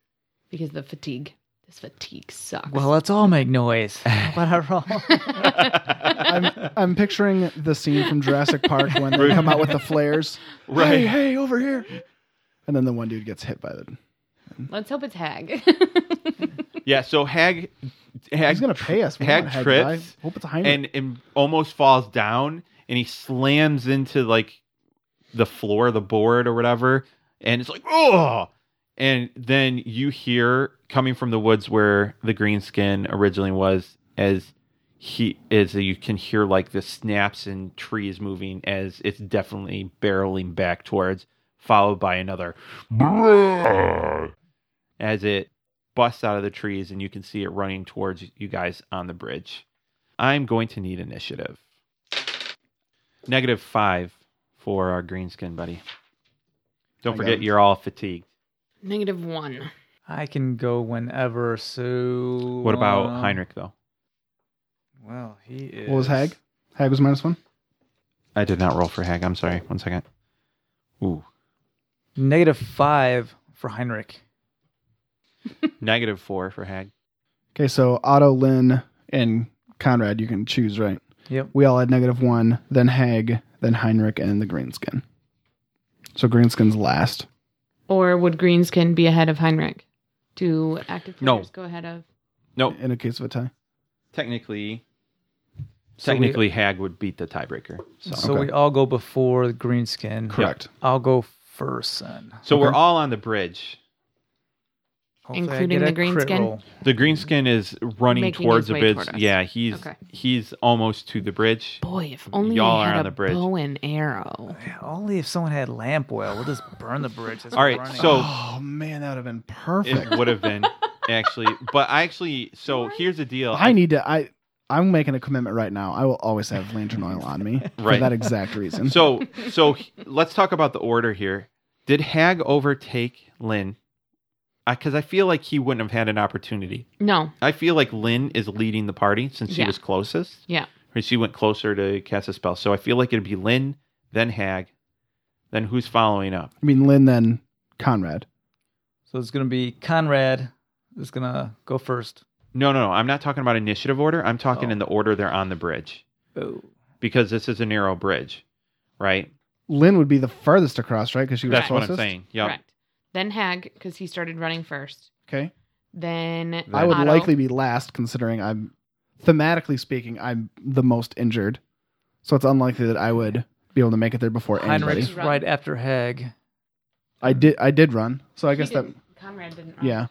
because the fatigue. This fatigue sucks. Well, let's all make noise. But I roll. I'm, I'm picturing the scene from Jurassic Park when they come out with the flares. Right. Hey, hey, over here. And then the one dude gets hit by the. let's hope it's Hag. Yeah, so Hag He's Hag's going to pay us. We Hag want Hag trips die. Hope it's a Heinrich. and, and almost falls down and he slams into like the floor, the board or whatever, and it's like, oh and then you hear coming from the woods where the green skin originally was as he is you can hear like the snaps and trees moving as it's definitely barreling back towards followed by another as it busts out of the trees and you can see it running towards you guys on the bridge. I'm going to need initiative. Negative five for our greenskin buddy. Don't I got forget it. you're all fatigued. Negative one. I can go whenever. So What about um, Heinrich though? Well, he is. what was Hag? Hag was minus one. I did not roll for Hag. I'm sorry. One second. Ooh. Negative five for Heinrich. Negative four for Hag. Okay, so Otto, Lynn, and Conrad, you can choose, right? Yep. We all had negative one, then Hag, then Heinrich, and the Greenskin. So Greenskin's last. Or would Greenskin be ahead of Heinrich? Do active No. players go ahead of? Nope. In a case of a tie. Technically So we- technically Hag would beat the tiebreaker. So, So Okay. we all go before the Greenskin. Correct. I'll go first, then. so we're Okay. all on the bridge. Hopefully I Including get a the green crit skin? roll. The greenskin is running Making towards his the way bridge. toward us. yeah, he's Okay. he's almost to the bridge. Boy, if only Y'all are I had on a the bridge. bow and arrow. Yeah, only if someone had lamp oil. We'll just burn the bridge. That's All right, burning. so Oh man, that would have been perfect. it would have been actually, but I actually. So here's the deal. I need to I I'm making a commitment right now. I will always have lantern oil on me for Right. that exact reason. So so he- let's talk about the order here. Did Hag overtake Lynn? Because I feel like he wouldn't have had an opportunity. No, I feel like Lynn is leading the party since she Yeah. was closest. yeah, Or she went closer to cast a spell. So I feel like it'd be Lynn, then Hag, then who's following up? I mean Lynn then Conrad. So it's gonna be Conrad. Is gonna go first. No, no, no. I'm not talking about initiative order. I'm talking Oh. in the order they're on the bridge Oh, because this is a narrow bridge, right? Lynn would be the furthest across, right? Because she was That's what I'm closest? saying. Yep. correct. Then Hag, because he started running first. Okay. Then I would Otto. likely be last considering I'm thematically speaking, I'm the most injured. So it's unlikely that I would be able to make it there before Heinrich's anybody. Run. right after Hag. I did I did run. So I He guess that didn't- Conrad didn't. Run. yeah.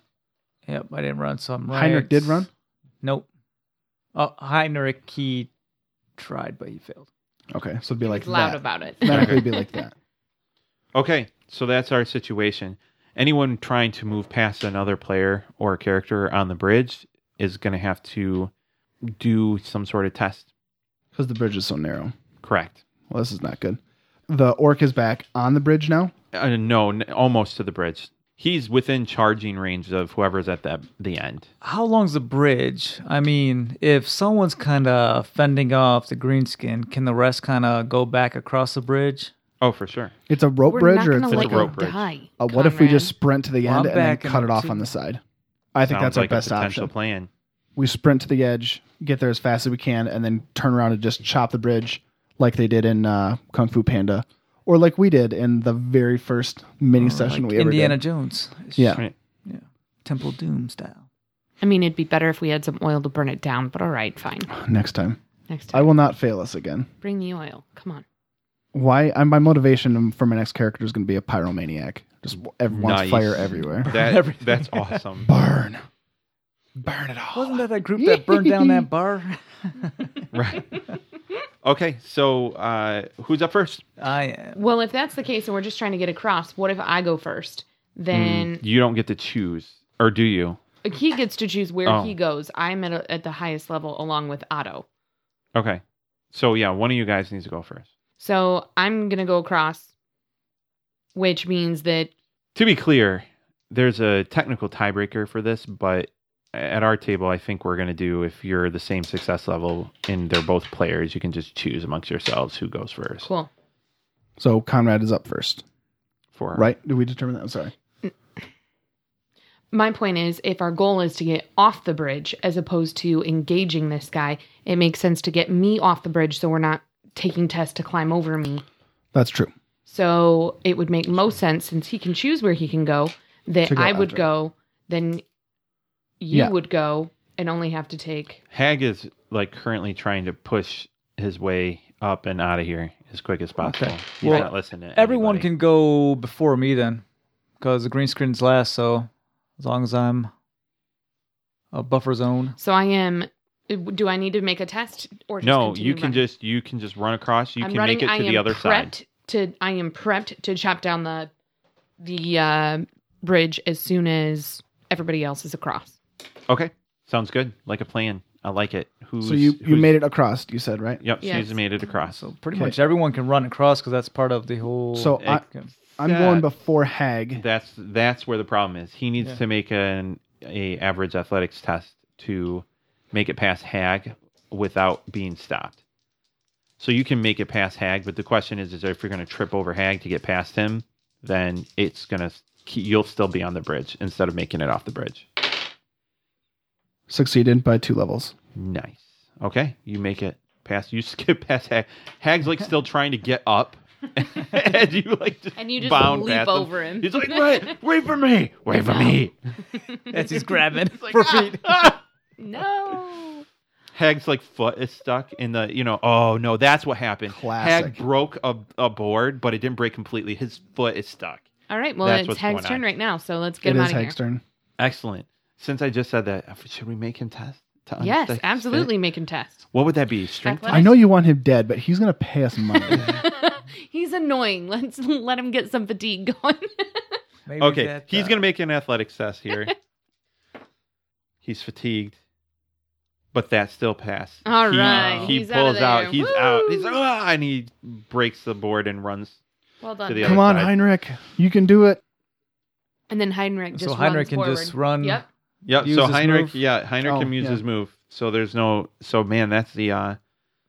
Yep, I didn't run, so I'm right. Heinrich did run? Nope. Oh, Heinrich he tried, but he failed. Okay. So it'd be He like was loud that. about it. Thematically it'd be like that. Okay, so that's our situation. Anyone trying to move past another player or character on the bridge is going to have to do some sort of test. Because the bridge is so narrow. Correct. Well, this is not good. The orc is back on the bridge now. Uh, no, n- almost to the bridge. He's within charging range of whoever's at the the end. How long's the bridge? I mean, if someone's kind of fending off the greenskin, can the rest kind of go back across the bridge? Oh, for sure. It's a rope We're bridge, not or gonna it's let like let a, you you rope bridge. die. a- what if we Conrad. just sprint to the Well, end I'm and then back in cut it the off two- on the side? I think Sounds that's our like best a potential option. plan. We sprint to the edge, get there as fast as we can, and then turn around and just chop the bridge like they did in uh, Kung Fu Panda, or like we did in the very first mini session Like we ever Indiana did. Jones. Yeah. Right. Yeah. Temple of Doom style. I mean, it'd be better if we had some oil to burn it down. But all right, fine. Next time, Next time, I will not fail us again. bring the oil. Come on. why I, my motivation for my next character is going to be a pyromaniac. Just ev- wants Nice. fire everywhere. That, Everything. that's awesome. Burn, burn it all. Wasn't that that group that burned down that bar? right. Okay, so uh, who's up first? I Well, if that's the case and we're just trying to get across, what if I go first? Then Mm, You don't get to choose, or do you? Hmm. he gets to choose where Oh. he goes. I'm at, a, at the highest level along with Otto. Okay. So yeah, one of you guys needs to go first. So I'm going to go across, which means that To be clear, there's a technical tiebreaker for this, but at our table, I think we're going to do if you're the same success level and they're both players, you can just choose amongst yourselves who goes first. cool. So Conrad is up first, For right? Did we determine that? I'm sorry. My point is if our goal is to get off the bridge as opposed to engaging this guy, it makes sense to get me off the bridge so we're not taking tests to climb over me. That's true. So it would make most sense since he can choose where he can go that To go I would after. go, then you Yeah. would go and only have to take. Hag is like currently trying to push his way up and out of here as quick as possible. Okay. He's Well, not listening. To everyone anybody. can go before me then, because the green screen's last. So as long as I'm a buffer zone, So I am. Do I need to make a test or just No, continue you can running? just you can just run across. You I'm can running, make it I to the am other prepped side. To I am prepped to chop down the the uh, bridge as soon as everybody else is across. Okay, sounds good. Like a plan. I like it. Who's, so you you who's- made it across. You said right. Yep, Yes. she's made it across. so pretty Okay. much everyone can run across because that's part of the whole. So I, Okay. I'm Yeah. going before Hag. That's that's where the problem is. He needs Yeah. to make an a average athletics test to make it past Hag without being stopped. So you can make it past Hag, but the question is, is if you're going to trip over Hag to get past him, then it's going to you'll still be on the bridge instead of making it off the bridge. Succeeded by two levels. Nice. Okay, you make it past. You skip past Hag. Hag's like still trying to get up, and you like just And you just bound leap past over him. him. He's like, wait, wait for me, wait for me. That's he's grabbing for feet. No. Hag's like foot is stuck in the you know oh no that's what happened. Classic. Hag broke a, a board, but it didn't break completely. His foot is stuck. All right. Well, That's it's what's Hag's going turn on. right now, so let's get It him is out of here. Hag's turn. Excellent. Since I just said that, should we make him test? to Yes, unstick- absolutely. Make him test. What would that be? Strength. Athletics? I know you want him dead, but he's going to pay us money. He's annoying. Let's let him get some fatigue going. Maybe Okay, that, he's uh, gonna make an athletics test here. he's fatigued, but that still passed. All he, right, he he's out of pulls out. there. He's out. Woo! He's like, ah, and he breaks the board and runs. well To done. the Come on, side. Heinrich. You can do it. And then Heinrich just so Heinrich runs can forward. just run. Yep. Yep. Use so his Heinrich, move? yeah, Heinrich Oh, can use yeah. his move. So there's no. So man, that's the. uh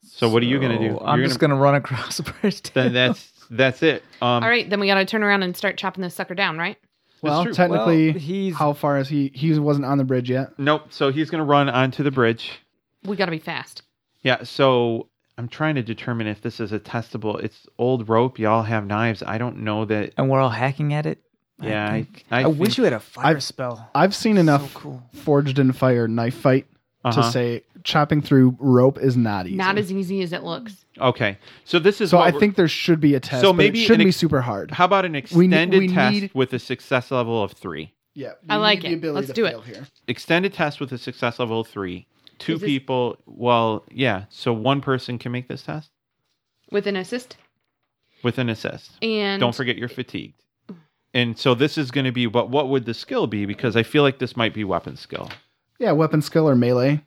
So what are you gonna do? So I'm You're just gonna, gonna run across the bridge. Then that's that's it. Um, All right. Then we got to turn around and start chopping this sucker down, right? Well, true. technically, Well, he's- how far is he? He wasn't on the bridge yet. Nope. So he's gonna run onto the bridge. We got to be fast. Yeah. So I'm trying to determine if this is a testable. It's old rope. Y'all have knives. I don't know that. and we're all hacking at it. Yeah, I- think. I wish think- you had a fire I've- spell. I've seen enough So cool. forged in fire knife fight Uh-huh. to say chopping through rope is not easy. Not as easy as it looks. Okay. So this is. so what I we're- think there should be a test. So So maybe maybe it shouldn't an be ex- super hard. How about an We ne- extended we test need- with a success level of three? yeah, I like it. Let's do it. Here. Extended test with a success level of three. Two Is this- people. Well, yeah. So one person can make this test With an assist with an assist. and Mm. Don't forget you're fatigued. And so this is going to be what? What would the skill be? Because I feel like this might be weapon skill, Yeah, weapon skill or melee.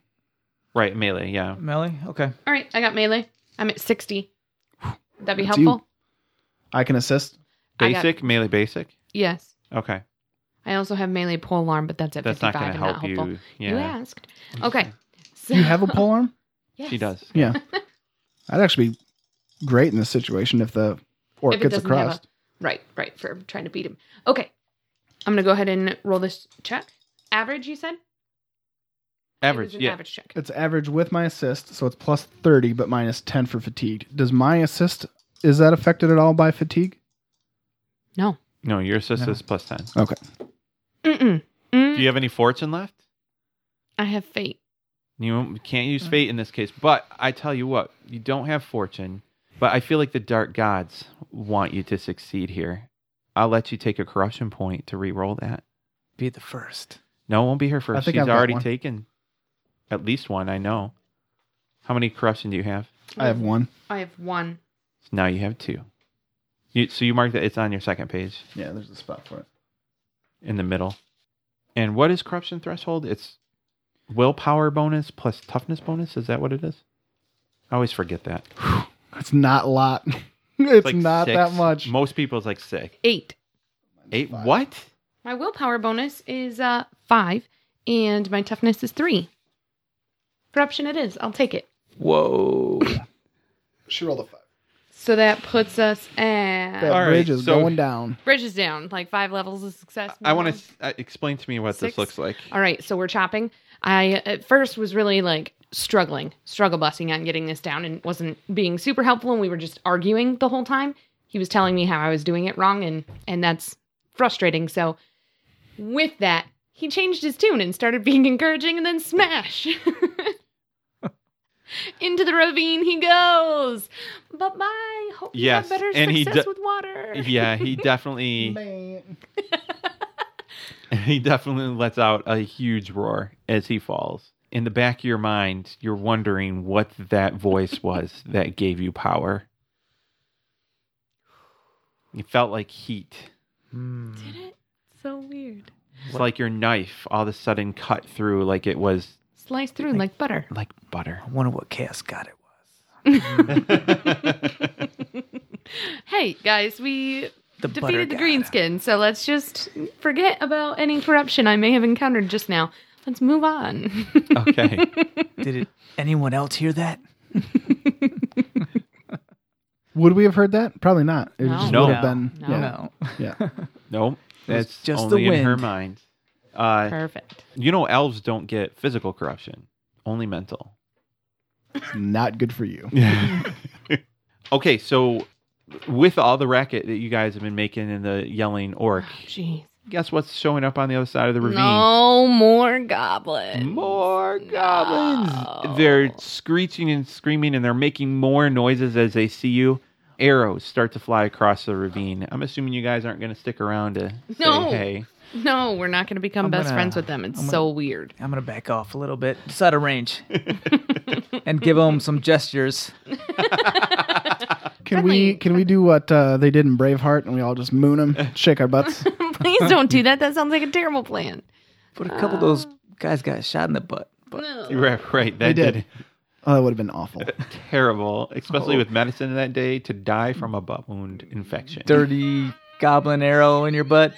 right? Melee. Yeah. Melly, okay. All right, I got melee. I'm at 60. Would that be That's helpful? I can assist. I got- Basic melee. Basic. Yes. Okay. I also have melee pole arm, but that's at That's not 55 going to and help not helpful. you. Yeah. You asked. Okay. So, Do you have a pole arm? Yes. She does. Yeah, that'd actually be great in this situation if the orc If it gets doesn't have across. a- right, right, for trying to beat him. Okay. I'm going to go ahead and roll this check. Average, you said? It was Average. an Yeah. average check. It's average with my assist, so it's plus thirty, but minus ten for fatigue. Does my assist is that affected at all by fatigue? No. No, your assist No. is plus ten. Okay. Mm-mm. Mm. Do you have any fortune left? I have fate. Mm. You can't use fate in this case, but I tell you what, you don't have fortune. But I feel like the dark gods want you to succeed here. I'll let you take a corruption point to re-roll that. Be the first. No, it won't be her first. think She's I've got already one. taken at least one. I know. How many corruption do you have? I have one. I have one. So now you have two. You, so you mark that it's on your second page Yeah, there's a spot for it. in the middle. And what is corruption threshold? It's willpower bonus plus toughness bonus. Is that what it is? I always forget that. It's not a lot. it's Like not six. that much. Most people's like six, Eight. eight. five. What? My willpower bonus is uh, five, and my toughness is three. Corruption it is. I'll take it. Whoa. She rolled a five. So that puts us at. That All right, bridge is so- going down. Bridge is down, like five levels of success. I want to uh, explain to me what Six. this looks like. All right, so we're chopping. I at first was really like struggling, struggle busting on getting this down and wasn't being super helpful and we were just arguing the whole time. He was telling me how I was doing it wrong and and that's frustrating. So with that, he changed his tune and started being encouraging and then smash. Into the ravine he goes. Bye bye. Hope you Yes, have better and he success d- with water. Yeah, he definitely. Man. he definitely lets out a huge roar as he falls. In the back of your mind, you're wondering what that voice was that gave you power. It felt like heat. Did it? So weird. It's like your knife all of a sudden cut through like it was Sliced through like butter. like butter. I wonder what chaos god it was. Hey guys, we The butter defeated the god. greenskin, so let's just forget about any corruption I may have encountered just now. Let's move on. okay. Did it, anyone else hear that? Would we have heard that? Probably not. It No. just No. would have been. No. Yeah. No. yeah. Nope. was That's just just the only in her wind. mind. Uh, Perfect. you know, elves don't get physical corruption, only mental. not good for you. Okay, so with all the racket that you guys have been making and the yelling orc, Jeez. guess what's showing up on the other side of the ravine? No more goblins. More goblins. They're screeching and screaming and they're making more noises as they see you. Arrows start to fly across the ravine. I'm assuming you guys aren't going to stick around to say No. hey. No, we're not going to become I'm best gonna- friends with them. It's I'm so weird. I'm going to back off a little bit, just out of range, and give them some gestures. Can we Friendly. can we do what uh, they did in Braveheart and we all just moon them, shake our butts? Please don't do that. That sounds like a terrible plan. But a couple of those guys got shot in the butt. But No. Right, right. That did. did. Oh, that would have been awful. terrible, especially with medicine that day, to die from a butt wound infection. dirty goblin arrow in your butt.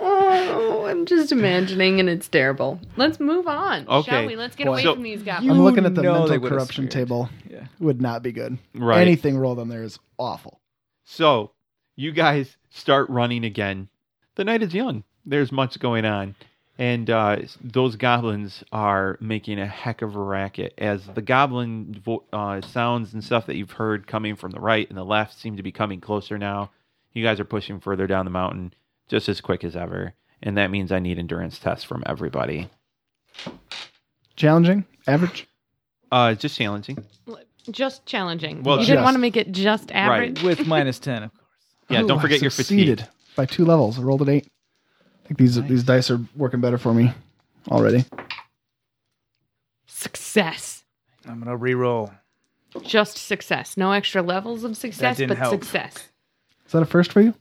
Oh, I'm just imagining, and it's terrible. Let's move on. Shall Okay. we? Let's get Boy. away So- from these goblins. I'm looking at the know they mental would've corruption screwed. table. Yeah. Would not be good. Right. Anything rolled on there is awful. So you guys start running again. The night is young. There's much going on. And uh, those goblins are making a heck of a racket as the goblin vo- uh, sounds and stuff that you've heard coming from the right and the left seem to be coming closer now. You guys are pushing further down the mountain just as quick as ever. And that means I need endurance tests from everybody. Challenging, average. Uh, it's just challenging. Just challenging. Well, you didn't just- want to make it just average. With minus 10, of course. Yeah, Ooh, don't I forget your succeeded fatigue. by two levels. I rolled an eight. I think these these dice are working better for me already. Success. I'm going to re-roll. Just success. No extra levels of success, didn't but help. success. Is that a first for you?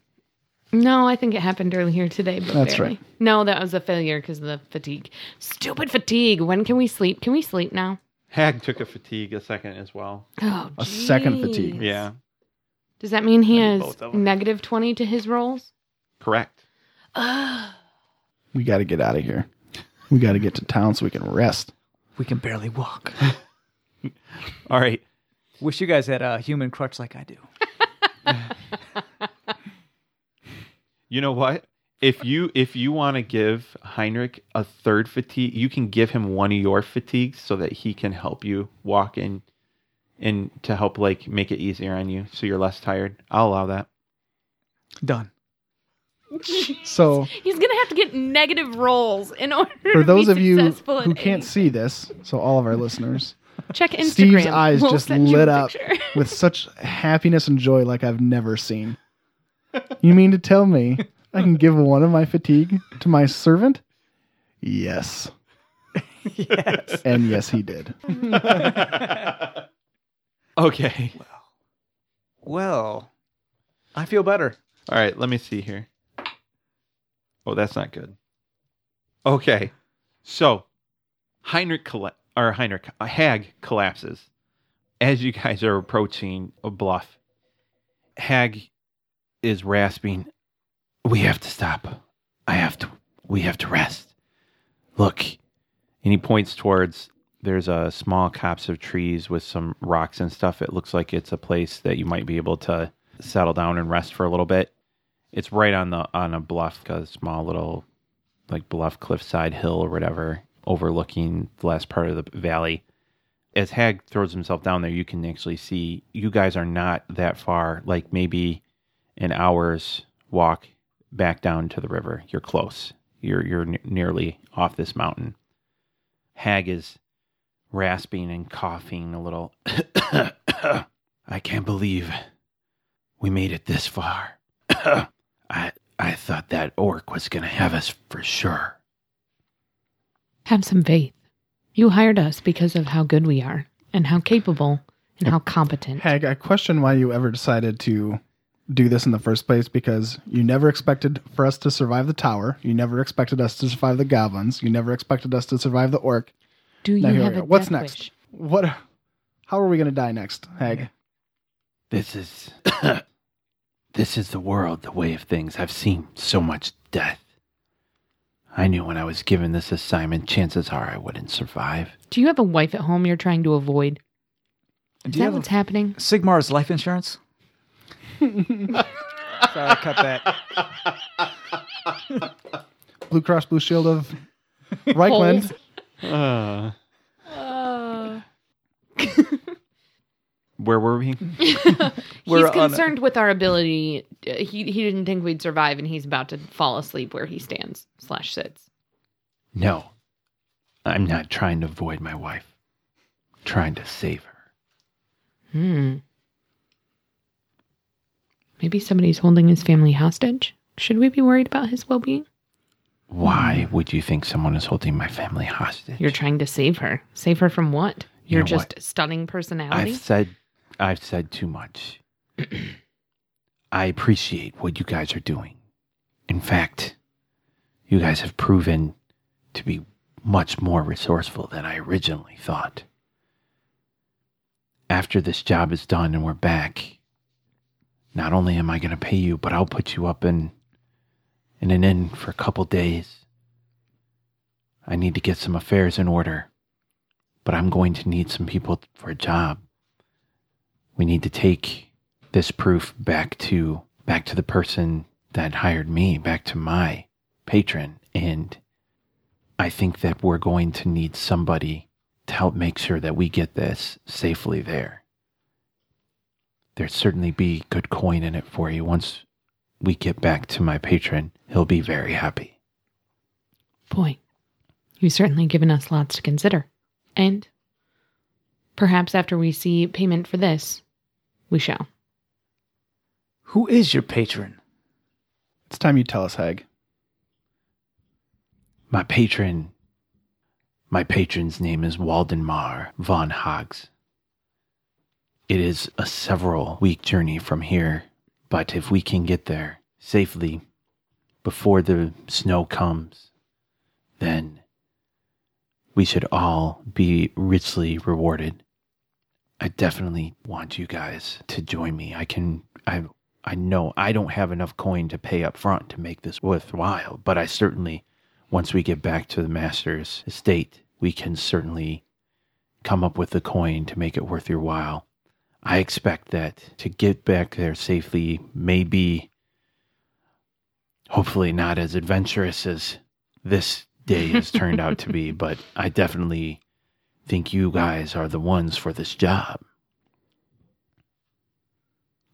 No, I think it happened earlier today. But That's barely. right. No, that was a failure because of the fatigue. Stupid fatigue. When can we sleep? Can we sleep now? Hag took a fatigue a second as well. Oh, A second jeez. fatigue. Yeah, Does that mean I he need has both of 'em. negative 20 to his rolls? correct. We got to get out of here. We got to get to town so we can rest. We can barely walk. All right. Wish you guys had a human crutch like I do. You know what? If you if you want to give Heinrich a third fatigue, you can give him one of your fatigues so that he can help you walk in and to help like make it easier on you so you're less tired. I'll allow that. Done. So He's going to have to get negative rolls in order for to those be of you successful at who can't anything. see this, so all of our listeners, Check Instagram. Steve's eyes We'll just send you a lit up picture. with such happiness and joy like I've never seen. You mean to tell me I can give one of my fatigue to my servant? Yes. yes. And yes, he did. Okay. Well, I feel better. All right, let me see here. Oh, that's not good. Okay. So, Heinrich colla- or Heinrich uh, Hag collapses as you guys are approaching a bluff. Hag is rasping, "We have to stop. I have to we have to rest. Look." And he points towards there's a small copse of trees with some rocks and stuff. It looks like it's a place that you might be able to settle down and rest for a little bit. It's right on the on a bluff, a small little like bluff cliffside hill or whatever, overlooking the last part of the valley. As Hag throws himself down there, you can actually see you guys are not that far, like maybe an hour's walk back down to the river. You're close. You're you're n- nearly off this mountain. Hag is rasping and coughing a little. I can't believe we made it this far. I I thought that orc was gonna have us for sure. Have some faith. You hired us because of how good we are and how capable and how competent. Hag, I question why you ever decided to do this in the first place because you never expected for us to survive the tower. You never expected us to survive the goblins. You never expected us to survive the orc. Do you Now here we have go. a What's death next? wish? What? How are we going to die next, Hag? This is this is the world, the way of things. I've seen so much death. I knew when I was given this assignment, chances are I wouldn't survive. Do you have a wife at home you're trying to avoid? Is Do you that have what's a- happening? Sigmar's life insurance? Sorry, I cut that. Blue Cross Blue Shield of Reichland. Holes. Uh, Uh, where were we? he's We're on- concerned with our ability. uh, He he didn't think we'd survive, and he's about to fall asleep where he stands slash sits. No. I'm not trying to avoid my wife. I'm trying to save her. Hmm. Maybe somebody's holding his family hostage. Should we be worried about his well being? Why would you think someone is holding my family hostage? You're trying to save her. Save her from what? You Your know just what? stunning personality. I've said I've said too much. I appreciate what you guys are doing. In fact, you guys have proven to be much more resourceful than I originally thought. After this job is done and we're back, not only am I going to pay you, but I'll put you up in in an inn for a couple days. I need to get some affairs in order but I'm going to need some people for a job. We need to take this proof back to back to the person that hired me, back to my patron, and I think that we're going to need somebody to help make sure that we get this safely there. There'd certainly be good coin in it for you. Once we get back to my patron, he'll be very happy. Boy, you've certainly given us lots to consider. And perhaps after we see payment for this, we shall. Who is your patron? It's time you tell us, Hag. My patron. My patron's name is Waldenmar von Hogs. It is a several week journey from here, but if we can get there safely before the snow comes, then we should all be richly rewarded. I definitely want you guys to join me. I can I I know I don't have enough coin to pay up front to make this worthwhile, but I certainly once we get back to the master's estate, we can certainly come up with the coin to make it worth your while. I expect that to get back there safely may be hopefully not as adventurous as this day has turned out to be, but I definitely think you guys are the ones for this job.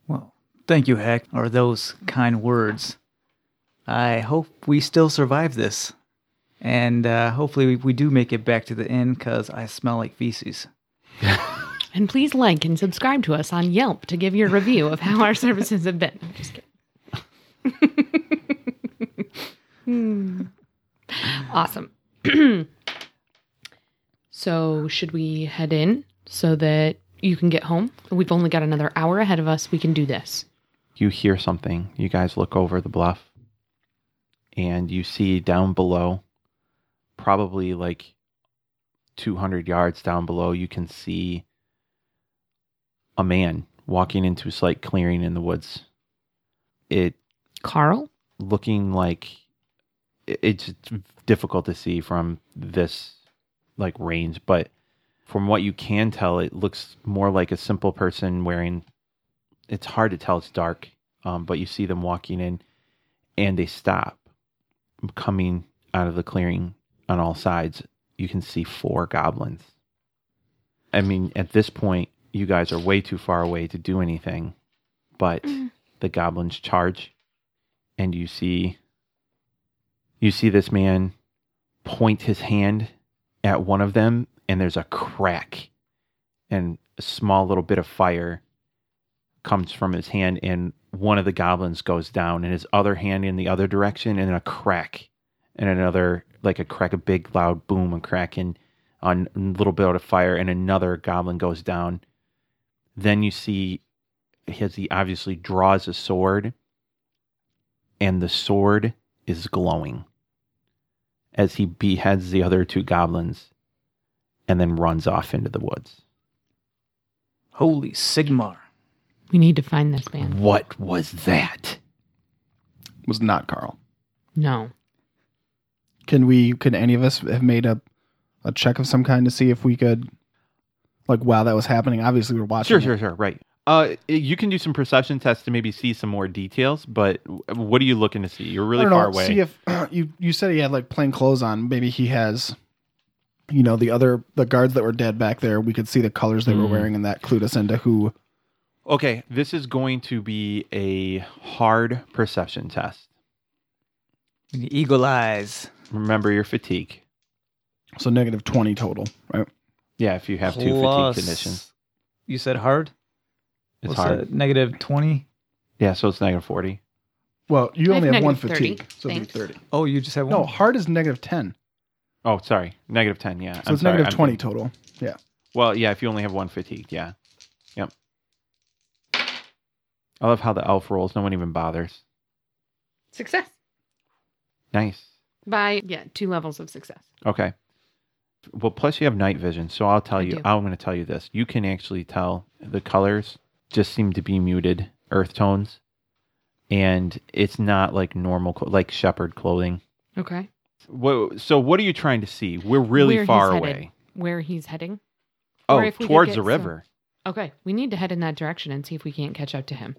Well, thank you, Heck, or those kind words. I hope we still survive this. And uh, hopefully we, we do make it back to the inn because I smell like feces. And please like and subscribe to us on Yelp to give your review of how our services have been. I'm just kidding. Hmm. Awesome. so, should we head in so that you can get home? We've only got another hour ahead of us. We can do this. You hear something. You guys look over the bluff and you see down below, probably like 200 yards down below, you can see a man walking into a slight clearing in the woods. It Carl? looking like it- it's difficult to see from this like range, but from what you can tell, it looks more like a simple person wearing. It's hard to tell; it's dark, um, but you see them walking in, and they stop, coming out of the clearing on all sides. You can see four goblins. I mean, at this point, you guys are way too far away to do anything, but the goblins charge and you see you see this man point his hand at one of them and there's a crack and a small little bit of fire comes from his hand and one of the goblins goes down and his other hand in the other direction and a crack and another like a crack a big loud boom and crack and on a little bit of fire and another goblin goes down then you see as he obviously draws a sword and the sword is glowing as he beheads the other two goblins and then runs off into the woods. Holy Sigmar. We need to find this man. What was that? was not Carl. No. Can we? Can any of us have made a a check of some kind to see if we could? Like, wow, that was happening. Obviously, we were watching. Sure, it. sure, sure. Right. Uh, you can do some perception tests to maybe see some more details, but what are you looking to see? You're really I don't far know, away. See if you you said he had like plain clothes on. Maybe he has. You know the other the guards that were dead back there. We could see the colors Mm. they were wearing, and that clued us into who. okay, this is going to be a hard perception test. Eagle eyes. Remember your fatigue. So negative twenty total, right? Yeah, if you have two Plus- fatigue conditions, You said hard? it's What's hard. that, Negative 20? Yeah, so it's negative forty. Well, you I only have have one negative 30. fatigue, so it'd be Thanks. thirty. Oh, you just have one? No, hard is negative ten, Oh, sorry, negative ten. Yeah, so it's negative twenty total. Yeah, Well, yeah, if you only have one fatigued, yeah. Yep. I love how the elf rolls. No one even bothers. Success. Nice. By, yeah, two levels of success. Okay. Well, plus you have night vision, so I'll tell I you. do. I'm going to tell you this. You can actually tell the colors just seem to be muted earth tones, and it's not like normal, clo- like shepherd clothing. Okay. Whoa, so, what are you trying to see? We're really Where he's far headed. away. Where he's heading. Or Oh, if we could towards get the some- river. Okay. We need to head in that direction and see if we can't catch up to him.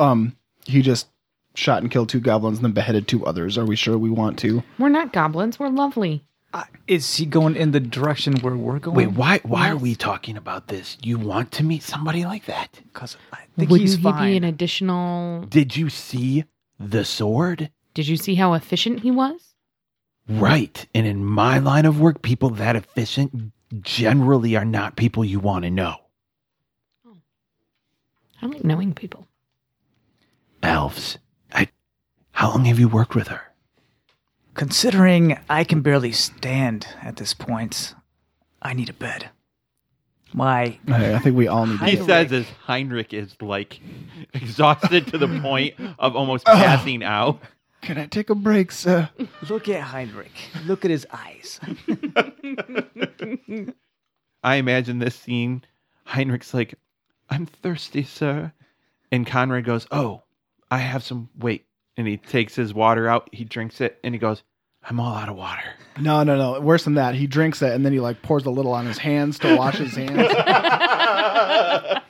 um, he just shot and killed two goblins, and then beheaded two others. Are we sure we want to? We're not goblins. We're lovely. Uh, is he going in the direction where we're going? why? Why are we talking about this? You want to meet somebody like that? Because I think Wouldn't he's he fine. be an additional? Did you see the sword? Did you see how efficient he was? Right. And in my line of work, people that efficient generally are not people you want to know. I like knowing people. Elves. I, how long have you worked with her? Considering I can barely stand at this point, I need a bed. My Hey, I think we all need. to He get- says as Heinrich is like exhausted to the point of almost passing out. Can I take a break, sir? look at Heinrich. Look at his eyes. I imagine this scene. Heinrich's like, I'm thirsty, sir. And Conrad goes, Oh, I have some wait. And he takes his water out, he drinks it, and he goes, I'm all out of water. No, no, no. Worse than that, he drinks it and then he like pours a little on his hands to wash his hands.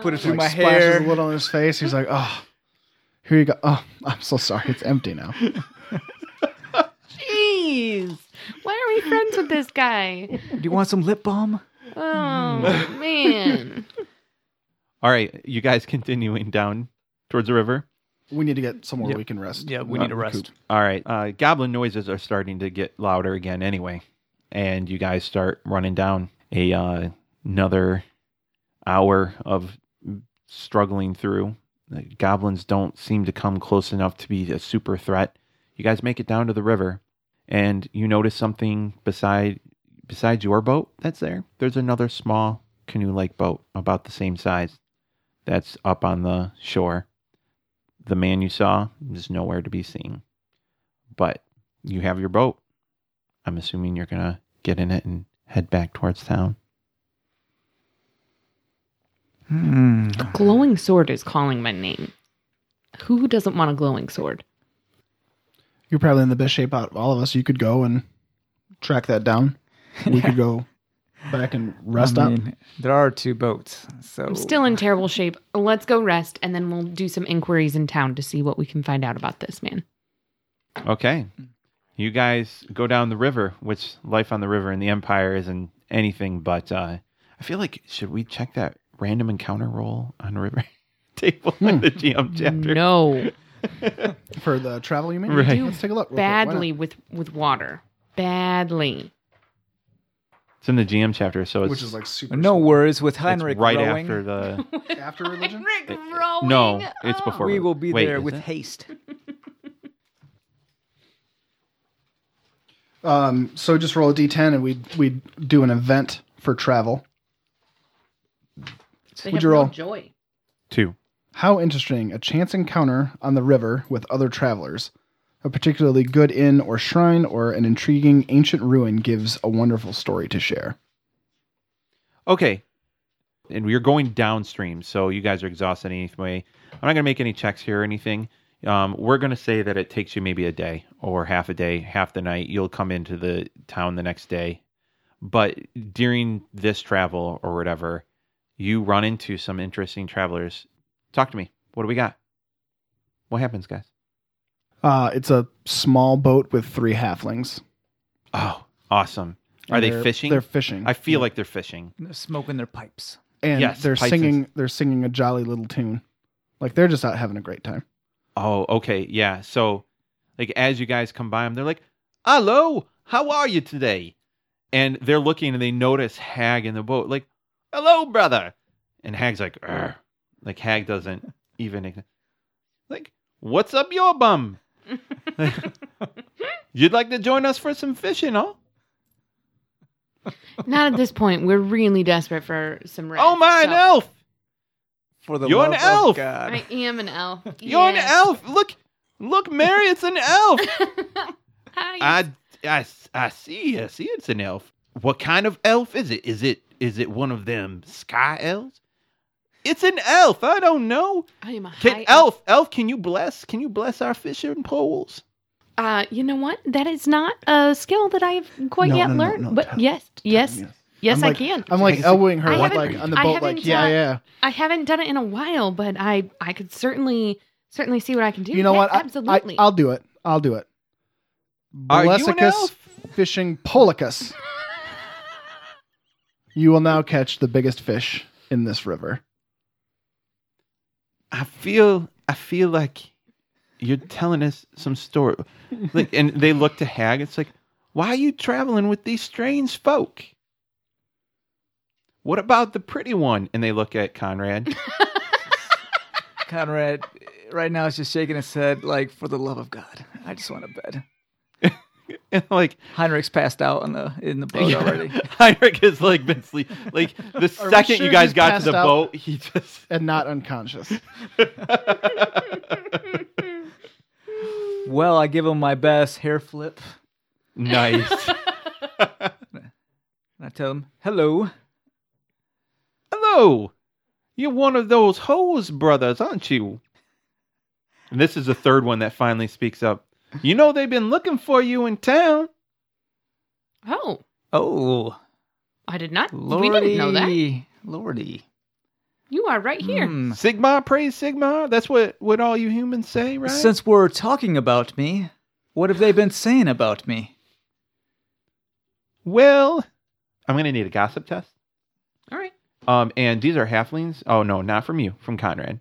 Put it through like, my splashes hair. a little on his face. He's like, oh, here you go. Oh, I'm so sorry. It's empty now. Jeez, why are we friends with this guy? Do you want some lip balm? Oh man, All right, you guys continuing down towards the river. We need to get somewhere Yep. we can rest. Yeah, we Uh, need to rest. recoup. All right, uh, goblin noises are starting to get louder again anyway. And you guys start running down. a uh, another hour of struggling through. The goblins don't seem to come close enough to be a super threat. You guys make it down to the river, and you notice something beside besides your boat that's there. There's another small canoe-like boat about the same size that's up on the shore. The man you saw is nowhere to be seen, but you have your boat. I'm assuming you're gonna get in it and head back towards town. Hmm. A glowing sword is calling my name. Who doesn't want a glowing sword? You're probably in the best shape out of all of us. You could go and track that down. We could go back and rest I up. mean, There are two boats, so I'm still in terrible shape. Let's go rest and then we'll do some inquiries in town to see what we can find out about this man. Okay. Mm. You guys go down the river, which life on the river in the Empire isn't anything but. Uh, I feel like, should we check that random encounter roll on the river table in the GM chapter? No. For the travel, you mean? Right. Let's take a look. real quick. Why not? Badly with with water. Badly. It's in the GM chapter, so it's, Which is like super. no worries with it's Heinrich right rowing, after the. After religion? Rick rowing. Eh, No, it's before. We will be Wait, there is with it? haste. Um, so just roll a d10 and we'd, we'd do an event for travel. They What'd have you no roll? joy. two. How interesting. A chance encounter on the river with other travelers. A particularly good inn or shrine or an intriguing ancient ruin gives a wonderful story to share. Okay. And we're going downstream, so you guys are exhausted anyway. I'm not going to make any checks here or anything. Um, we're going to say that it takes you maybe a day or half a day, half the night. You'll come into the town the next day. But during this travel or whatever, you run into some interesting travelers. Talk to me. What do we got? What happens, guys? Uh, it's a small boat with three halflings. Oh, awesome. Are And they they're- fishing? They're fishing. I feel like they're fishing. They're smoking their pipes. and yes, they're Pisces. singing. They're singing a jolly little tune, like they're just out having a great time. Oh, okay. Yeah. So, like, as you guys come by them, they're like, hello, how are you today? And they're looking and they notice Hag in the boat, like, hello, brother. And Hag's like, "Arr." like, Hag doesn't even, like, what's up your bum? You'd like to join us for some fishing, huh? Not at this point. We're really desperate for some rest. Oh, my so- elf. For the You're an love of elf! God. I am an elf. You're an Yes. elf. Look, look, Mary, it's an elf. Hi. I, I, I see. I see. It's an elf. What kind of elf is it? Is it is it one of them sky elves? It's an elf. I don't know. I am a high Can elf elf? Can you bless? Can you bless our fishing poles? Uh, you know what? That is not a skill that I have quite No, yet no, no, learned. no, but tell- yes, yes, yes. yes, I'm I like- can. I'm like elbowing her, I like, haven't- like on the I boat, haven't, like yeah, uh, yeah. I haven't done it in a while, but I I could certainly certainly see what I can do. You know Yeah, what? I- Absolutely. I, will do it. I'll do it. Are you an Blessicus elf? fishing policus. you will now catch the biggest fish in this river. I feel I feel like you're telling us some story. Like, and they look to Hag. It's like, why are you traveling with these strange folk? What about the pretty one? And they look at Conrad. Conrad, right now, is just shaking his head, like, for the love of God, I just want a bed. and like, Heinrich's passed out on the in the boat already. Heinrich has like been sleep. Like the we second sure you guys he's got to passed the out? boat, he just And not unconscious. Well, I give him my best hair flip, nice. and I tell him, "Hello." Hello, you're one of those hose brothers, aren't you? And this is the third one that finally speaks up. You know they've been looking for you in town. oh, Oh, I did not. lordy, We didn't know that. lordy. You are right here. Hmm. Sigma, praise Sigma. That's what what all you humans say, right? Since we're talking about me, what have they been saying about me? well, I'm gonna need a gossip test. All right. Um, and these are halflings. Oh no, not from you, from Conrad.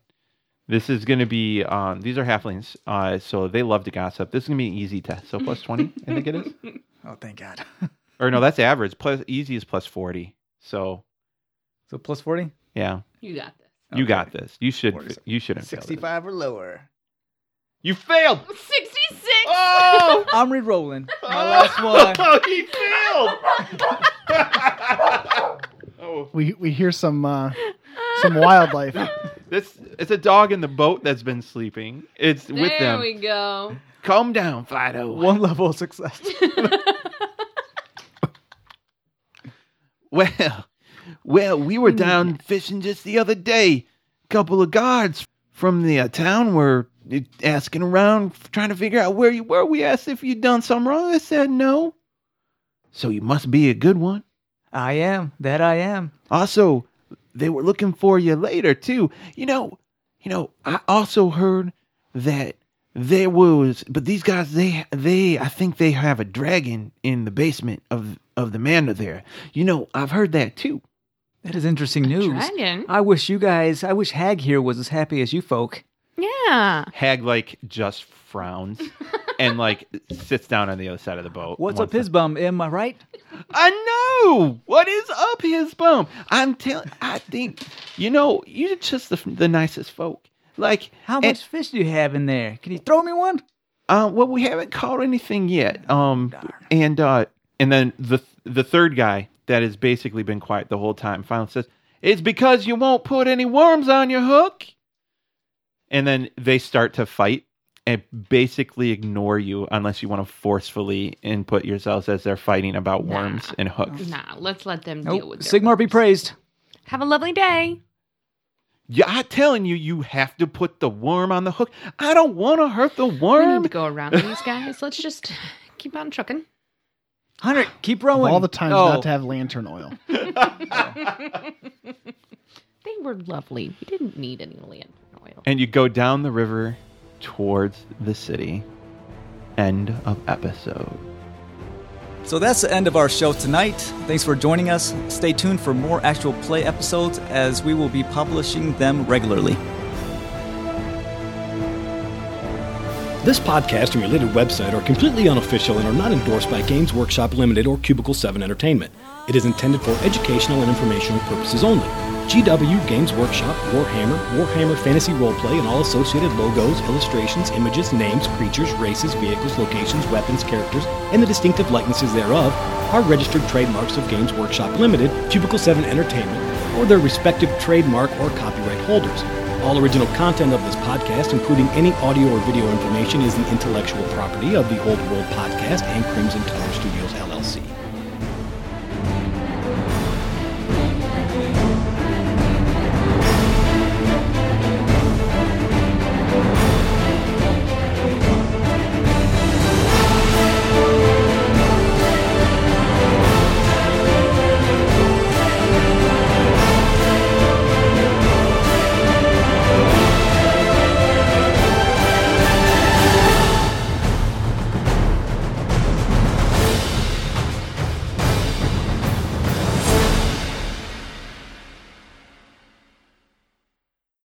This is gonna be um, these are halflings. Uh, so they love to gossip. This is gonna be an easy test. So plus twenty, I think it is. Oh, thank God. Or no, that's average. Plus easy is plus forty. So So plus 40? yeah, You got this. you got this. You What should. is You shouldn't. fail this. 65 or lower. You failed. 66! Oh, I'm re rolling. My last one. oh he failed. oh, We we hear some uh, some wildlife. this it's a dog in the boat that's been sleeping. It's with there them. we go. Calm down, Fido. One level of success. Well, well, we were down fishing just the other day. Couple of guards from the uh, town were uh, asking around, trying to figure out where you were. We asked if you'd done something wrong. They said no. So you must be a good one. I am. That I am. Also, they were looking for you later too. You know, you know. I also heard that there was, but these guys, they, they, I think they have a dragon in the basement of of the manor there. You know, I've heard that too. That is interesting news. Dragon? I wish you guys, I wish Hag here was as happy as you folk. Yeah. Hag like just frowns and like sits down on the other side of the boat. What's Wants up his to- bum? Am I right? I know. What is up his bum? I'm telling. I think you know. You're just the, the nicest folk. Like How and- much fish do you have in there? Can you throw me one? Uh, well, we haven't caught anything yet. Um, and uh, and then the the third guy that has basically been quiet the whole time finally says, "It's because you won't put any worms on your hook." And then they start to fight and basically ignore you unless you want to forcefully input yourselves as they're fighting about worms and hooks. Nah, let's let them deal Nope. with it. Sigmar be praised. Have a lovely day. Yeah, I'm telling you, you have to put the worm on the hook. I don't want to hurt the We need worm. to go around these guys. Let's just keep on trucking. Hunter, keep Of rowing. all the times Oh, not to have lantern oil. They were lovely. We didn't need any lantern oil. and you go down the river towards the city. End of episode. So that's the end of our show tonight. Thanks for joining us. Stay tuned for more actual play episodes as we will be publishing them regularly. This podcast and related website are completely unofficial and are not endorsed by Games Workshop Limited or Cubicle 7 Entertainment. It is intended for educational and informational purposes only. GW, Games Workshop, Warhammer, Warhammer Fantasy Roleplay, and all associated logos, illustrations, images, names, creatures, races, vehicles, locations, weapons, characters, and the distinctive likenesses thereof are registered trademarks of Games Workshop Limited, Cubicle 7 Entertainment, or their respective trademark or copyright holders. All original content of this podcast, including any audio or video information, is the intellectual property of the Old World Podcast and Crimson Tower Studios